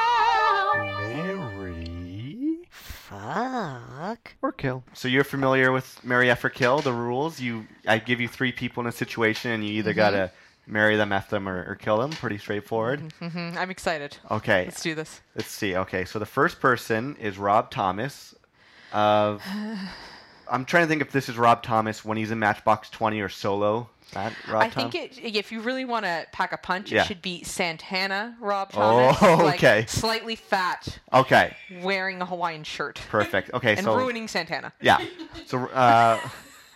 S1: Mary
S2: Fuck.
S1: or Kill. So you're familiar with Mary Effer Kill, the rules. You, I give you three people in a situation, and you either
S2: Mm-hmm.
S1: gotta marry them, f them, or, or kill them. Pretty straightforward.
S2: hmm I'm excited.
S1: Okay,
S2: Let's do this.
S1: Let's see. Okay, so the first person is Rob Thomas. Of I'm trying to think if this is Rob Thomas when he's in Matchbox 20 or solo. That Rob
S2: I think it, if you really want to pack a punch,
S1: Yeah.
S2: it should be Santana Rob
S1: Oh,
S2: Thomas. like,
S1: okay.
S2: slightly fat,
S1: okay,
S2: wearing a Hawaiian shirt,
S1: perfect. Okay,
S2: and
S1: so
S2: ruining Santana.
S1: yeah, so uh,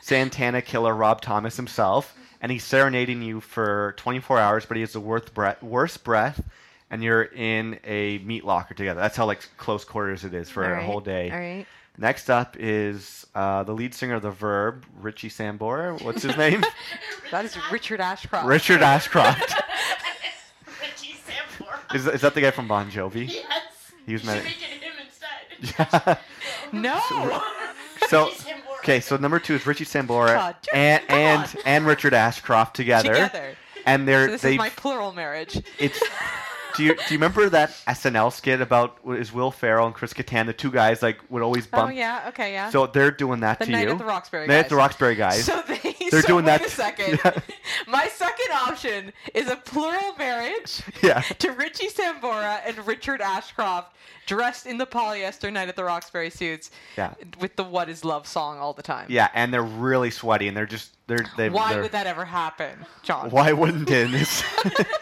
S1: Santana killer Rob Thomas himself, and he's serenading you for 24 hours, but he has the worst breath, worst breath, and you're in a meat locker together. That's how like close quarters it is for a whole day.
S2: All right.
S1: Next up is uh, the lead singer of The Verb, Richie Sambora. What's his name?
S2: That is Richard Ashcroft.
S1: Richard Ashcroft.
S3: Richie Sambora.
S1: Is, is that the guy from Bon Jovi?
S3: Yes.
S1: He was
S3: You should
S1: mad-
S3: make it him instead.
S1: Yeah.
S2: No.
S1: So-
S3: Richie Sambora.
S1: okay, so number two is Richie Sambora
S2: God, Richie,
S1: and
S2: come
S1: and
S2: on.
S1: and Richard Ashcroft together,
S2: Together.
S1: and
S2: So
S1: they're
S2: this
S1: they
S2: is my plural marriage.
S1: it's. Do you, do you remember that SNL skit about is Will Ferrell and Chris Kattan the two guys like would always
S2: Oh
S1: bump?
S2: yeah. Okay. Yeah.
S1: So they're doing that
S2: the
S1: to
S2: night
S1: you.
S2: at the Roxbury.
S1: Night
S2: guys.
S1: at the Roxbury guys.
S2: So they,
S1: They're
S2: so
S1: doing
S2: wait
S1: that
S2: A
S1: t-
S2: second.
S1: Yeah.
S2: My second option is a plural marriage
S1: yeah.
S2: to Richie Sambora and Richard Ashcroft, dressed in the polyester Night at the Roxbury suits,
S1: Yeah.
S2: with the "What Is Love" song all the time.
S1: Yeah, and they're really sweaty, and they're just they're they.
S2: Why
S1: they're,
S2: would that ever happen, John?
S1: Why wouldn't it? It's-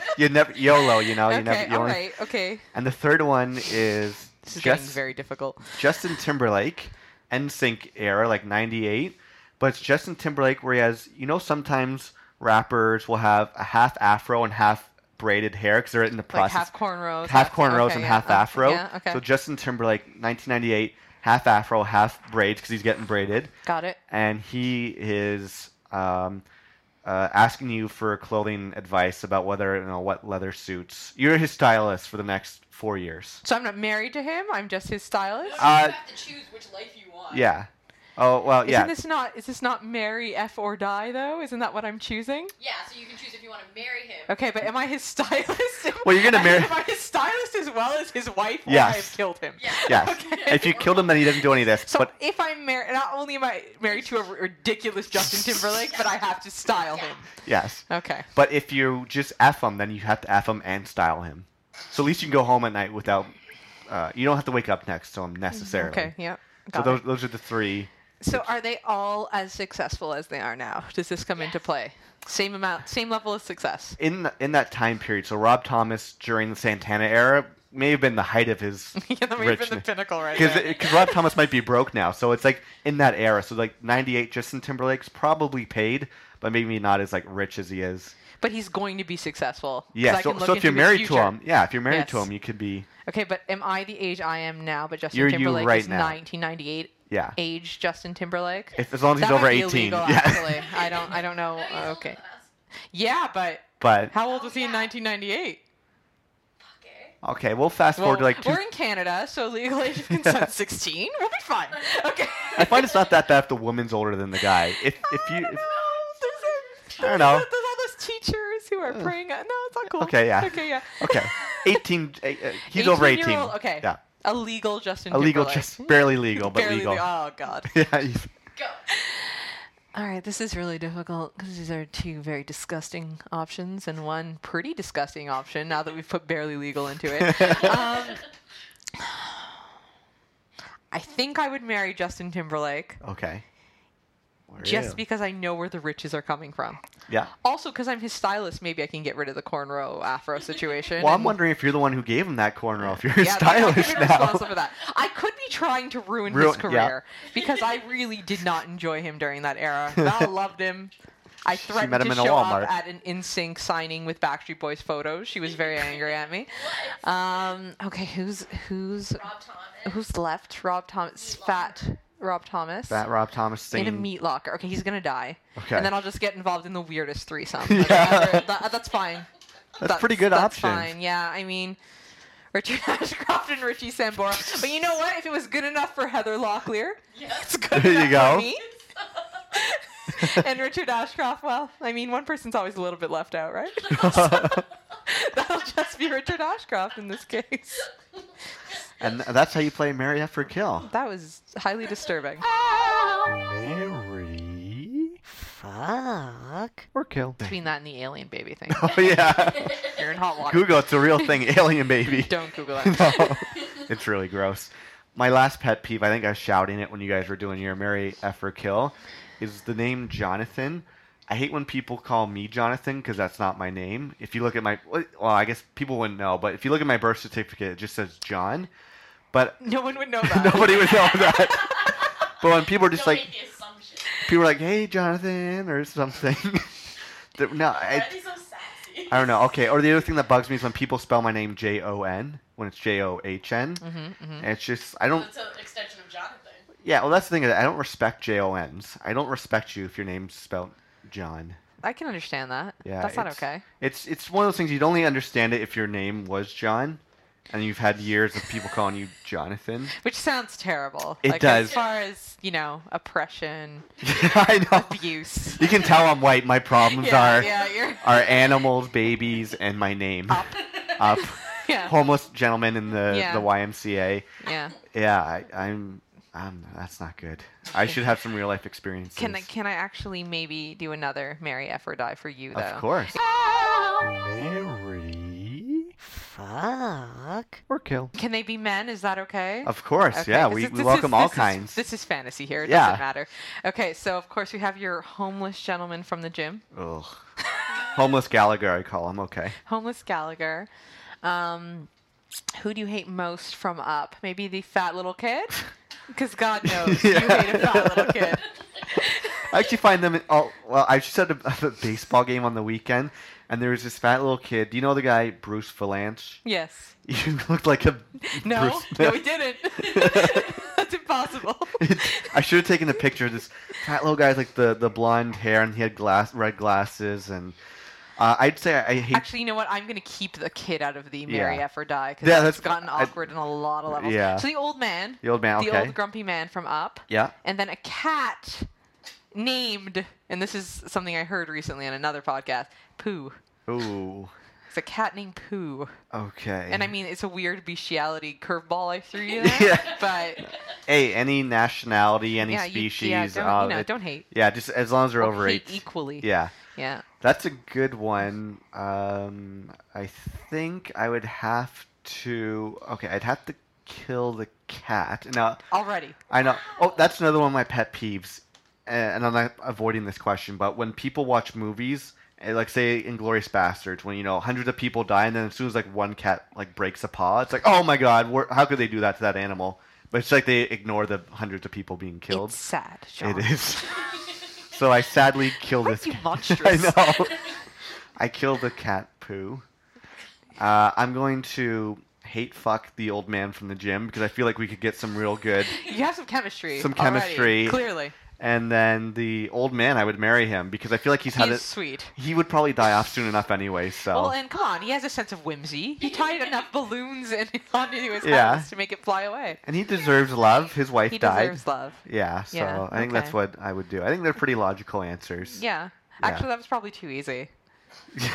S1: you never YOLO, you know.
S2: Okay.
S1: you never, you
S2: all
S1: only-
S2: right. Okay.
S1: And the third one is,
S2: This is getting
S1: Just,
S2: very difficult.
S1: Justin Timberlake, NSYNC era, like '98. But it's Justin Timberlake where he has, you know, sometimes rappers will have a half afro and half braided hair because they're in the
S2: Like
S1: process.
S2: half cornrows.
S1: half cornrows
S2: okay,
S1: and
S2: yeah,
S1: half
S2: okay,
S1: afro.
S2: Yeah. Okay.
S1: So Justin Timberlake, 1998, half afro, half braids because he's getting braided
S2: Got it.
S1: and he is um, uh, asking you for clothing advice about whether you know what leather suits. You're his stylist for the next four years.
S2: So I'm not married to him. I'm just his stylist.
S3: No, you
S1: Uh,
S3: have to choose which life you want.
S1: Yeah, Oh well,
S2: Isn't
S1: yeah.
S2: this not is this not marry F or die though? Isn't that what I'm choosing?
S3: Yeah, so you can choose if you want to marry him.
S2: Okay, but am I his stylist?
S1: Well, you're gonna
S2: I mean,
S1: marry-
S2: Am I his stylist as well as his wife? or
S1: Yes.
S2: I have killed him.
S3: Yeah.
S1: Yes.
S2: Okay.
S1: If you killed him, then he doesn't do any of this.
S2: So
S1: but
S2: if I'm married, not only am I married to a ridiculous Justin Timberlake, but I have to style him.
S1: yes,
S2: Okay.
S1: but if you just f him, then you have to f him and style him. So at least you can go home at night without. Uh, you don't have to wake up next to him necessarily.
S2: Okay. Yeah.
S1: So
S2: Got
S1: those, those are the three.
S2: it. so are they all as successful as they are now? Does this come into
S3: Yes.
S2: play? Same amount, same level of success.
S1: in th- in that time period, so Rob Thomas during the Santana era may have been the height of his
S2: yeah, that would have been the
S1: richness.
S2: pinnacle right there.
S1: Because Rob Thomas might be broke now, so it's like in that era. So like '98, Justin Timberlake's probably paid, but maybe not as like rich as he is.
S2: but he's going to be successful. 'cause
S1: Yeah.
S2: I
S1: So,
S2: can look
S1: so if you're
S2: into his
S1: married to
S2: future.
S1: him, yeah, if you're married to
S2: Yes.
S1: him, you could be
S2: Okay, but am I the age I am now? But Justin
S1: You're you
S2: Timberlake
S1: right
S2: is
S1: now.
S2: 1998
S1: yeah.
S2: age. Justin Timberlake.
S1: If as long as he's
S2: That
S1: over
S2: might be
S1: 18,
S2: illegal,
S1: yeah.
S2: actually. I don't. I don't know.
S3: No, he's older
S2: Oh, uh, Okay.
S3: than us.
S2: Yeah, but
S1: but
S2: how old was he in
S3: Yeah.
S2: 1998?
S3: Fuck it.
S1: okay, we'll fast
S2: Well,
S1: forward to like. Two-
S2: we're in Canada, so legal age of consent 16. We'll be fine. Okay.
S1: I find it's not that bad if the woman's older than the guy. If if
S2: I
S1: you
S2: don't
S1: if,
S2: know. There's, a,
S1: I don't know.
S2: There's all those teachers who are
S1: Ugh.
S2: praying. at- No, it's not cool.
S1: Okay, yeah.
S2: Okay. Yeah.
S1: okay, 18, uh, uh, he's over 18.
S2: 18-year-old okay.
S1: Yeah.
S2: Illegal Justin
S1: Illegal,
S2: Timberlake.
S1: just barely legal, but
S2: Barely
S1: legal.
S2: legal. Oh God.
S1: yeah. he's-
S3: Go.
S2: All right, this is really difficult because these are two very disgusting options and one pretty disgusting option now that we've put barely legal into it. um, I think I would marry Justin Timberlake
S1: Okay. Where
S2: just
S1: you?
S2: because I know where the riches are coming from.
S1: yeah.
S2: Also, because I'm his stylist, maybe I can get rid of the cornrow afro situation.
S1: Well, I'm
S2: and-
S1: wondering if you're the one who gave him that cornrow. If you're his
S2: Yeah, I could
S1: stylish
S2: be responsible
S1: now.
S2: for that. I could be trying to ruin,
S1: Ruin-
S2: his
S1: yeah.
S2: career because I really did not enjoy him during that era. Val loved him. I threatened
S1: met him
S2: to
S1: in a
S2: show
S1: Walmart.
S2: up at an InSync signing with Backstreet Boys photos. She was very angry at me. Um, okay, who's who's
S3: Rob Thomas.
S2: who's left? Rob Thomas,
S3: Meat
S2: fat Rob Thomas.
S1: That Rob Thomas singing.
S2: in a meat locker. Okay, he's gonna die.
S1: Okay.
S2: And then I'll just get involved in the weirdest threesome.
S1: Yeah.
S2: Like, other- that- that's fine.
S1: That's pretty good
S2: that's
S1: options.
S2: Fine. Yeah, I mean, Richard Ashcroft and Richie Sambora. But you know what? If it was good enough for Heather Locklear,
S3: Yes.
S2: it's good
S1: There you
S2: enough
S1: go.
S2: for me. and Richard Ashcroft, well, I mean, one person's always a little bit left out, right? That'll just be Richard Ashcroft in this case.
S1: and th- that's how you play Mary F. or Kill.
S2: That was highly disturbing.
S1: Mary
S2: Fuck.
S1: or Kill.
S2: Between that and the alien baby thing.
S1: Oh, yeah.
S2: You're in hot water.
S1: Google, it's a real thing. Alien baby.
S2: Don't Google it.
S1: no. It's really gross. My last pet peeve, I think I was shouting it when you guys were doing your Mary F. or Kill, is the name Jonathan. I hate when people call me Jonathan because that's not my name. If you look at my, well, I guess people wouldn't know, but if you look at my birth certificate, it just says John. But
S2: No one would know that.
S1: nobody would know that. but when people are just
S3: Don't
S1: like,
S3: make the assumption.
S1: people are like, hey, Jonathan, or something. They're- no,
S3: Why
S1: I,
S3: are they so sassy?
S1: I don't know. Okay, or the other thing that bugs me is when people spell my name J O N when it's J O H N.
S2: Mhm, mhm.
S1: And it's just I don't.
S3: That's an extension of Jonathan.
S1: Yeah, well, that's the thing. is I don't respect J O N's. I don't respect you if your name's spelled John.
S2: I can understand that.
S1: Yeah,
S2: That's not
S1: it's-
S2: okay.
S1: It's it's one of those things you'd only understand it if your name was John, and you've had years of people calling you Jonathan.
S2: Which sounds terrible.
S1: It
S2: like,
S1: does.
S2: As far as, you know, oppression,
S1: I know.
S2: abuse.
S1: You can tell I'm white. My problems
S2: yeah,
S1: are
S2: yeah, you're
S1: are animals, babies, and my name.
S2: up.
S1: Up.
S2: Yeah.
S1: Homeless gentleman in the
S2: Yeah.
S1: the YMCA.
S2: Yeah.
S1: Yeah, I, I'm. I'm. That's not good. I should have some real life experiences.
S2: Can I can I actually maybe do another Mary F or Die for you though?
S1: Of course. Mary. Fuck. Or kill.
S2: Can they be men? Is that okay?
S1: Of course,
S2: Okay,
S1: yeah.
S2: 'cause
S1: We,
S2: it-
S1: we
S2: this
S1: welcome
S2: is-
S1: all
S2: this is-
S1: kinds.
S2: this is fantasy here. It
S1: Yeah.
S2: doesn't matter. Okay, so of course we have your homeless gentleman from the gym.
S1: Ugh. Homeless Gallagher, I call him. Okay.
S2: homeless Gallagher. Um, who do you hate most from Up? Maybe the fat little kid, because God knows you hate a fat little kid.
S1: I actually find them. In, oh, well, I just had a, a baseball game on the weekend, and there was this fat little kid. Do you know the guy Bruce Valanche?
S2: Yes.
S1: You looked like a.
S2: No.
S1: Bruce-
S2: No, he didn't. That's impossible.
S1: I should have taken a picture of this fat little guy with like the, the blonde hair and he had glass red glasses and Uh, I'd say I, I hate.
S2: Actually, you know what? I'm gonna keep the kid out of the marry
S1: Yeah.
S2: F or die because
S1: Yeah,
S2: that's
S1: that's-
S2: gotten
S1: I-
S2: awkward in a lot of levels.
S1: Yeah.
S2: So the old man,
S1: the old man.
S2: the
S1: okay.
S2: old grumpy man from Up,
S1: yeah.
S2: and then a cat named, and this is something I heard recently on another podcast. Pooh.
S1: Ooh.
S2: It's a cat named Pooh,
S1: Okay.
S2: and I mean it's a weird bestiality curveball I threw you. There,
S1: Yeah.
S2: But
S1: hey, any nationality, any
S2: yeah,
S1: species.
S2: you, yeah, don't,
S1: uh,
S2: you know,
S1: it-
S2: don't hate.
S1: yeah, just as long as they're
S2: Or
S1: over
S2: hate
S1: eight.
S2: equally.
S1: Yeah,
S2: Yeah.
S1: that's a good one. Um, I think I would have to. Okay, I'd have to kill the cat. Now
S2: Already.
S1: I know. Oh, that's another one of my pet peeves, a- and I'm not avoiding this question. But when people watch movies, eh, like say *Inglorious Bastards*, when you know hundreds of people die, and then as soon as like one cat like breaks a paw, it's like, oh my god, where, how could they do that to that animal? But it's like they ignore the hundreds of people being killed.
S2: It's sad. John.
S1: It is. so I sadly killed
S2: That's
S1: this. cat.
S2: monstrous.
S1: I know. I killed the cat poo. Uh, I'm going to hate fuck the old man from the gym because I feel like we could get some real good.
S2: You have some chemistry.
S1: Some
S2: already,
S1: chemistry.
S2: clearly,
S1: And then the old man, I would marry him because I feel like he's
S2: he's
S1: had it.
S2: sweet.
S1: He would probably die off soon enough anyway. So
S2: Well, and come on, he has a sense of whimsy. He tied enough balloons in, onto his
S1: Yeah.
S2: house to make it fly away.
S1: and he deserves love. His wife
S2: He
S1: died.
S2: deserves love.
S1: Yeah. So
S2: Yeah,
S1: I think that's
S2: okay.
S1: what I would do. I think they're pretty logical answers.
S2: Yeah.
S1: Yeah.
S2: Actually, that was probably too easy.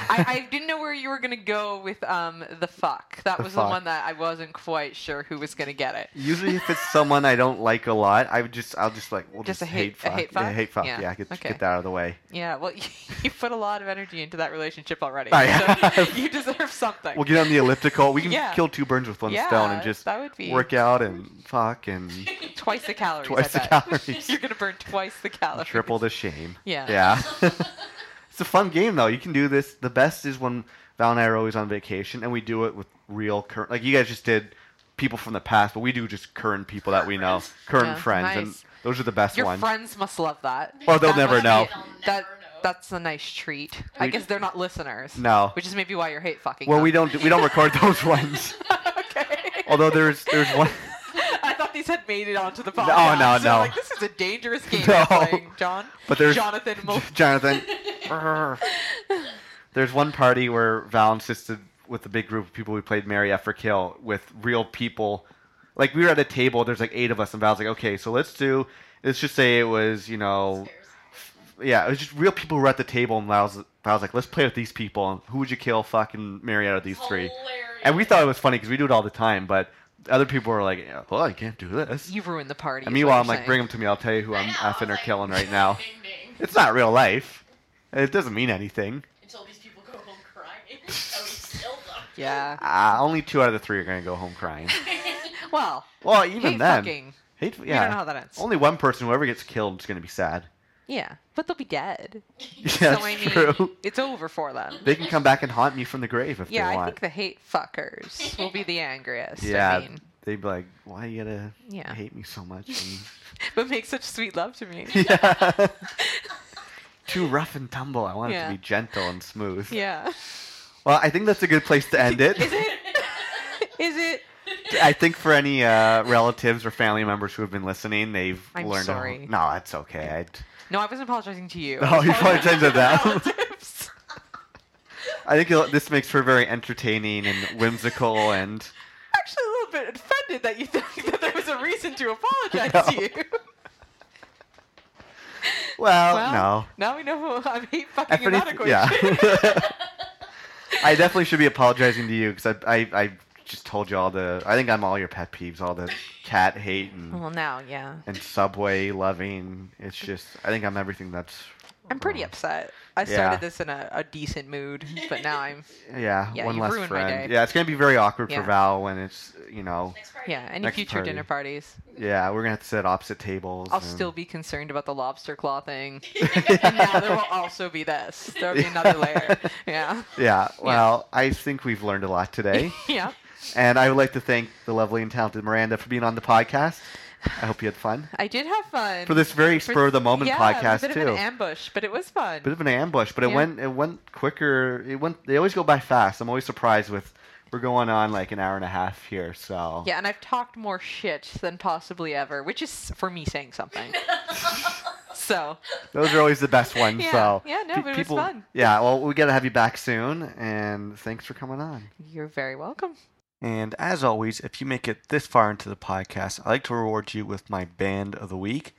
S2: I, I didn't know where you were gonna go with um the fuck. That
S1: The
S2: was the
S1: fuck.
S2: one that I wasn't quite sure who was gonna get it.
S1: Usually, if it's someone I don't like a lot, I would just I'll just like we'll
S2: Just
S1: just,
S2: a hate- a
S1: fuck.
S2: hate
S1: Yeah,
S2: fuck?
S1: hate fuck.
S2: Yeah,
S1: Yeah, get,
S2: okay.
S1: get that out of the way.
S2: Yeah. Well, you put a lot of energy into that relationship already,
S1: I have.
S2: so you deserve something.
S1: We'll get on the elliptical. We can
S2: Yeah.
S1: kill two birds with one
S2: yeah,
S1: stone and just
S2: that would be
S1: work out and fuck and
S2: twice the calories. I
S1: Twice the
S2: bet.
S1: calories.
S2: You're gonna burn twice the calories.
S1: triple the shame.
S2: Yeah.
S1: Yeah. it's a fun game though. You can do this. The best is when Val and I are always on vacation and we do it with real current. Like you guys just did people from the past, but we do just current people that we know, current
S2: Yeah,
S1: friends, and
S2: nice.
S1: those are the best
S2: Your
S1: ones.
S2: friends must love that.
S1: Well, they'll
S2: That
S1: never
S2: must be-
S1: know.
S3: They'll never
S2: that
S3: know.
S2: that's a nice treat. I
S1: We-
S2: guess they're not listeners.
S1: no.
S2: Which is maybe why you're hate fucking.
S1: Well,
S2: them.
S1: we don't we don't record those ones.
S2: okay.
S1: Although there's there's one.
S2: I thought these had made it onto the
S1: No, no,
S2: podcast. So I'm
S1: no.
S2: Like this is a dangerous game
S1: No.
S2: you're playing, John.
S1: But there's-
S2: Jonathan. Mo-
S1: Jonathan. Brr. There's one party where Val insisted with a big group of people we played Marry After Kill with real people. Like we were at a table, there's like eight of us, and Val's like, okay, so let's do. Let's just say it was, you know, yeah, it was just real people who were at the table, and Val's, Val's like, let's play with these people. And who would you kill, fucking marry out of these three? And we thought it was funny because we do it all the time, but other people were like, oh, I can't do this.
S2: you ruined the party.
S1: And
S2: is what
S1: meanwhile,
S2: you're
S1: I'm like,
S2: saying.
S1: bring them to me. I'll tell you who I'm effing or killing right now.
S3: Ding, ding.
S1: It's not real life. It doesn't mean anything.
S3: Until these people go home crying. oh, he's killed them.
S2: Yeah.
S1: Uh, only two out of the three are going to go home crying.
S2: Well.
S1: Well, even
S2: hate
S1: then.
S2: fucking.
S1: Hate, yeah.
S2: You don't know how that ends.
S1: Only one person, whoever gets killed, is going to be sad.
S2: yeah, but they'll be dead.
S1: Yeah,
S2: so
S1: that's
S2: I mean,
S1: true.
S2: it's over for them.
S1: They can come back and haunt me from the grave if
S2: Yeah,
S1: they
S2: I
S1: want.
S2: think the hate fuckers will be the angriest.
S1: yeah.
S2: I mean,
S1: They'd be like, why you gotta
S2: Yeah.
S1: hate me so much? And,
S2: but make such sweet love to me.
S1: yeah. Too rough and tumble. I want it
S2: Yeah.
S1: to be gentle and smooth.
S2: yeah.
S1: Well, I think that's a good place to end it.
S2: Is it? Is it?
S1: I think for any uh, relatives or family members who have been listening, they've
S2: I'm
S1: learned. a-
S2: sorry.
S1: no, that's okay. I'd,
S2: No, I wasn't apologizing to you.
S1: No, Oh, you
S2: Apologizing
S1: apologized to them.
S2: relatives.
S1: I think it'll- this makes for very entertaining and whimsical, and
S2: Actually, a little bit offended that you think that there was a reason to apologize
S1: No.
S2: to you.
S1: well,
S2: Well,
S1: no.
S2: Now we know who I'm hate fucking
S1: If anyth-
S2: inadequate.
S1: yeah. I definitely should be apologizing to you because I, I, I just told you all the. I think I'm all your pet peeves, all the cat hate and,
S2: well, now, yeah.
S1: and subway loving. It's just, I think I'm everything that's.
S2: I'm pretty
S1: wrong.
S2: upset. I
S1: Yeah.
S2: started this in a, a decent mood, but now I'm.
S1: Oh, Yeah,
S2: Yeah,
S1: one
S2: you
S1: less
S2: ruined my
S1: friend.
S2: day.
S1: Yeah, it's gonna be very awkward
S2: Yeah.
S1: for Val when it's, you know,
S3: Next part.
S2: Yeah, any
S1: Next
S2: future
S1: party.
S2: dinner parties,
S1: yeah, we're gonna have to sit at opposite tables.
S2: I'll
S1: and-
S2: still be concerned about the lobster claw thing. and now there will
S1: yeah.
S2: also be this. There will be another layer. Yeah.
S1: well, I think we've learned a lot today.
S2: yeah.
S1: and I would like to thank the lovely and talented Miranda for being on the podcast. I hope you had fun.
S2: I did have fun.
S1: For this very
S2: For-
S1: spur of the moment
S2: yeah, it was a
S1: podcast
S2: bit of
S1: too.
S2: an ambush, but it was fun.
S1: bit of an ambush, but it
S2: Yeah.
S1: went it went quicker. It went they always go by fast. I'm always surprised with we're going on like an hour and a half here, so
S2: yeah, and I've talked more shit than possibly ever, which is for me saying something. So
S1: Those are always the best ones.
S2: Yeah.
S1: So
S2: Yeah, no,
S1: pe-
S2: but it was fun.
S1: Yeah, well, we got to have you back soon, and thanks for coming on.
S2: you're very welcome.
S1: And as always, if you make it this far into the podcast, I like to reward you with my band of the week.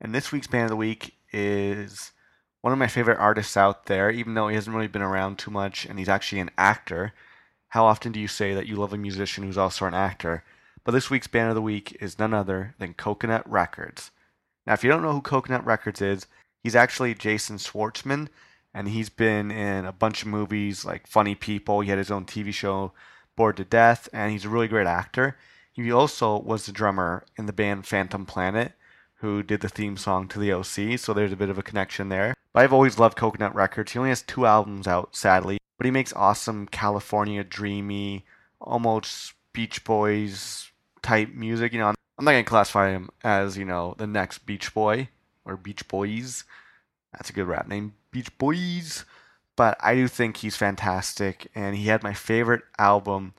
S1: And this week's band of the week is one of my favorite artists out there, even though he hasn't really been around too much and he's actually an actor. How often do you say that you love a musician who's also an actor? But this week's band of the week is none other than Coconut Records. Now, if you don't know who Coconut Records is, he's actually Jason Schwartzman, and he's been in a bunch of movies like Funny People. He had his own TV show, Bored to Death, and he's a really great actor. He also was the drummer in the band Phantom Planet, who did the theme song to the OC, so there's a bit of a connection there. But I've always loved Coconut Records. He only has two albums out, sadly, but he makes awesome California dreamy, almost Beach Boys type music. You know, I'm I'm not gonna classify him as you know the next Beach Boy or Beach Boys. That's a good rap name, Beach Boys. But I do think he's fantastic, and he had my favorite album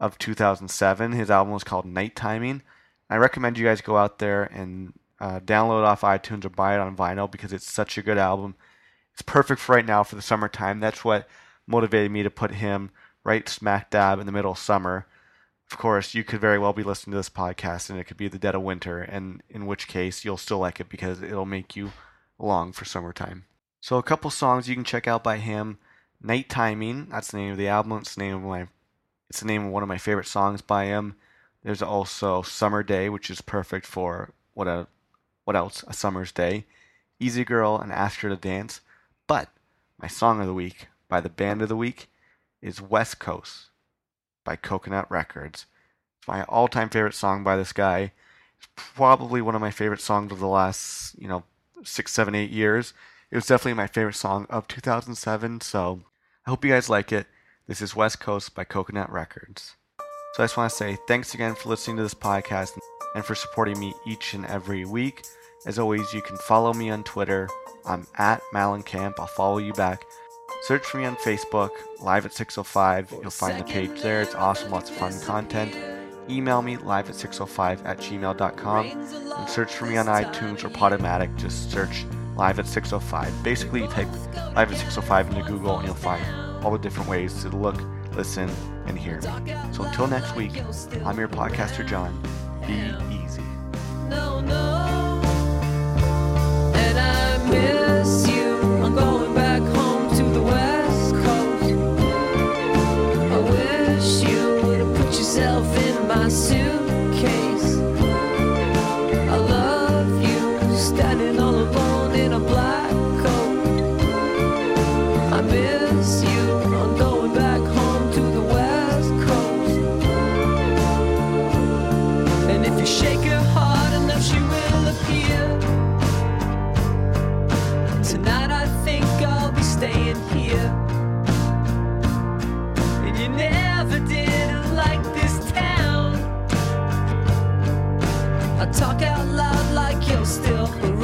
S1: of 2007. His album was called Night Timing. I recommend you guys go out there and uh, download it off iTunes or buy it on vinyl because it's such a good album. It's perfect for right now for the summertime. That's what motivated me to put him right smack dab in the middle of summer of course, you could very well be listening to this podcast and it could be the dead of winter, and in which case you'll still like it because it'll make you long for summertime. So, a couple songs you can check out by him Night Timing, that's the name of the album, it's the name of, my, it's the name of one of my favorite songs by him. There's also Summer Day, which is perfect for what a what else? A summer's day. Easy Girl and Ask Her to Dance. But my song of the week by the band of the week is West Coast by Coconut Records. It's my all-time favorite song by this guy. It's probably one of my favorite songs of the last, you know, six, seven, eight years. It was definitely my favorite song of 2007. So I hope you guys like it. This is West Coast by Coconut Records. So I just want to say thanks again for listening to this podcast and for supporting me each and every week. As always, you can follow me on Twitter. I'm at Malincamp. I'll follow you back. Search for me on Facebook, live at 605. You'll find the page there. It's awesome, lots of fun content. Email me live at 605 at gmail.com and search for me on iTunes or Podomatic. Just search live at 605. Basically, you type live at 605 into Google and you'll find all the different ways to look, listen, and hear me. So until next week, I'm your podcaster, John. Be easy.
S4: no, no. And I miss you. I'm going back home to the West Coast. I wish you would have put yourself in my suitcase. I love you, standing all alone in a black coat. I miss you. I'm going back home to the West Coast. And if you shake her hard enough, she will appear. Tonight I think I'll be staying here. And you never did like this town. I talk out loud like you're still around. oh,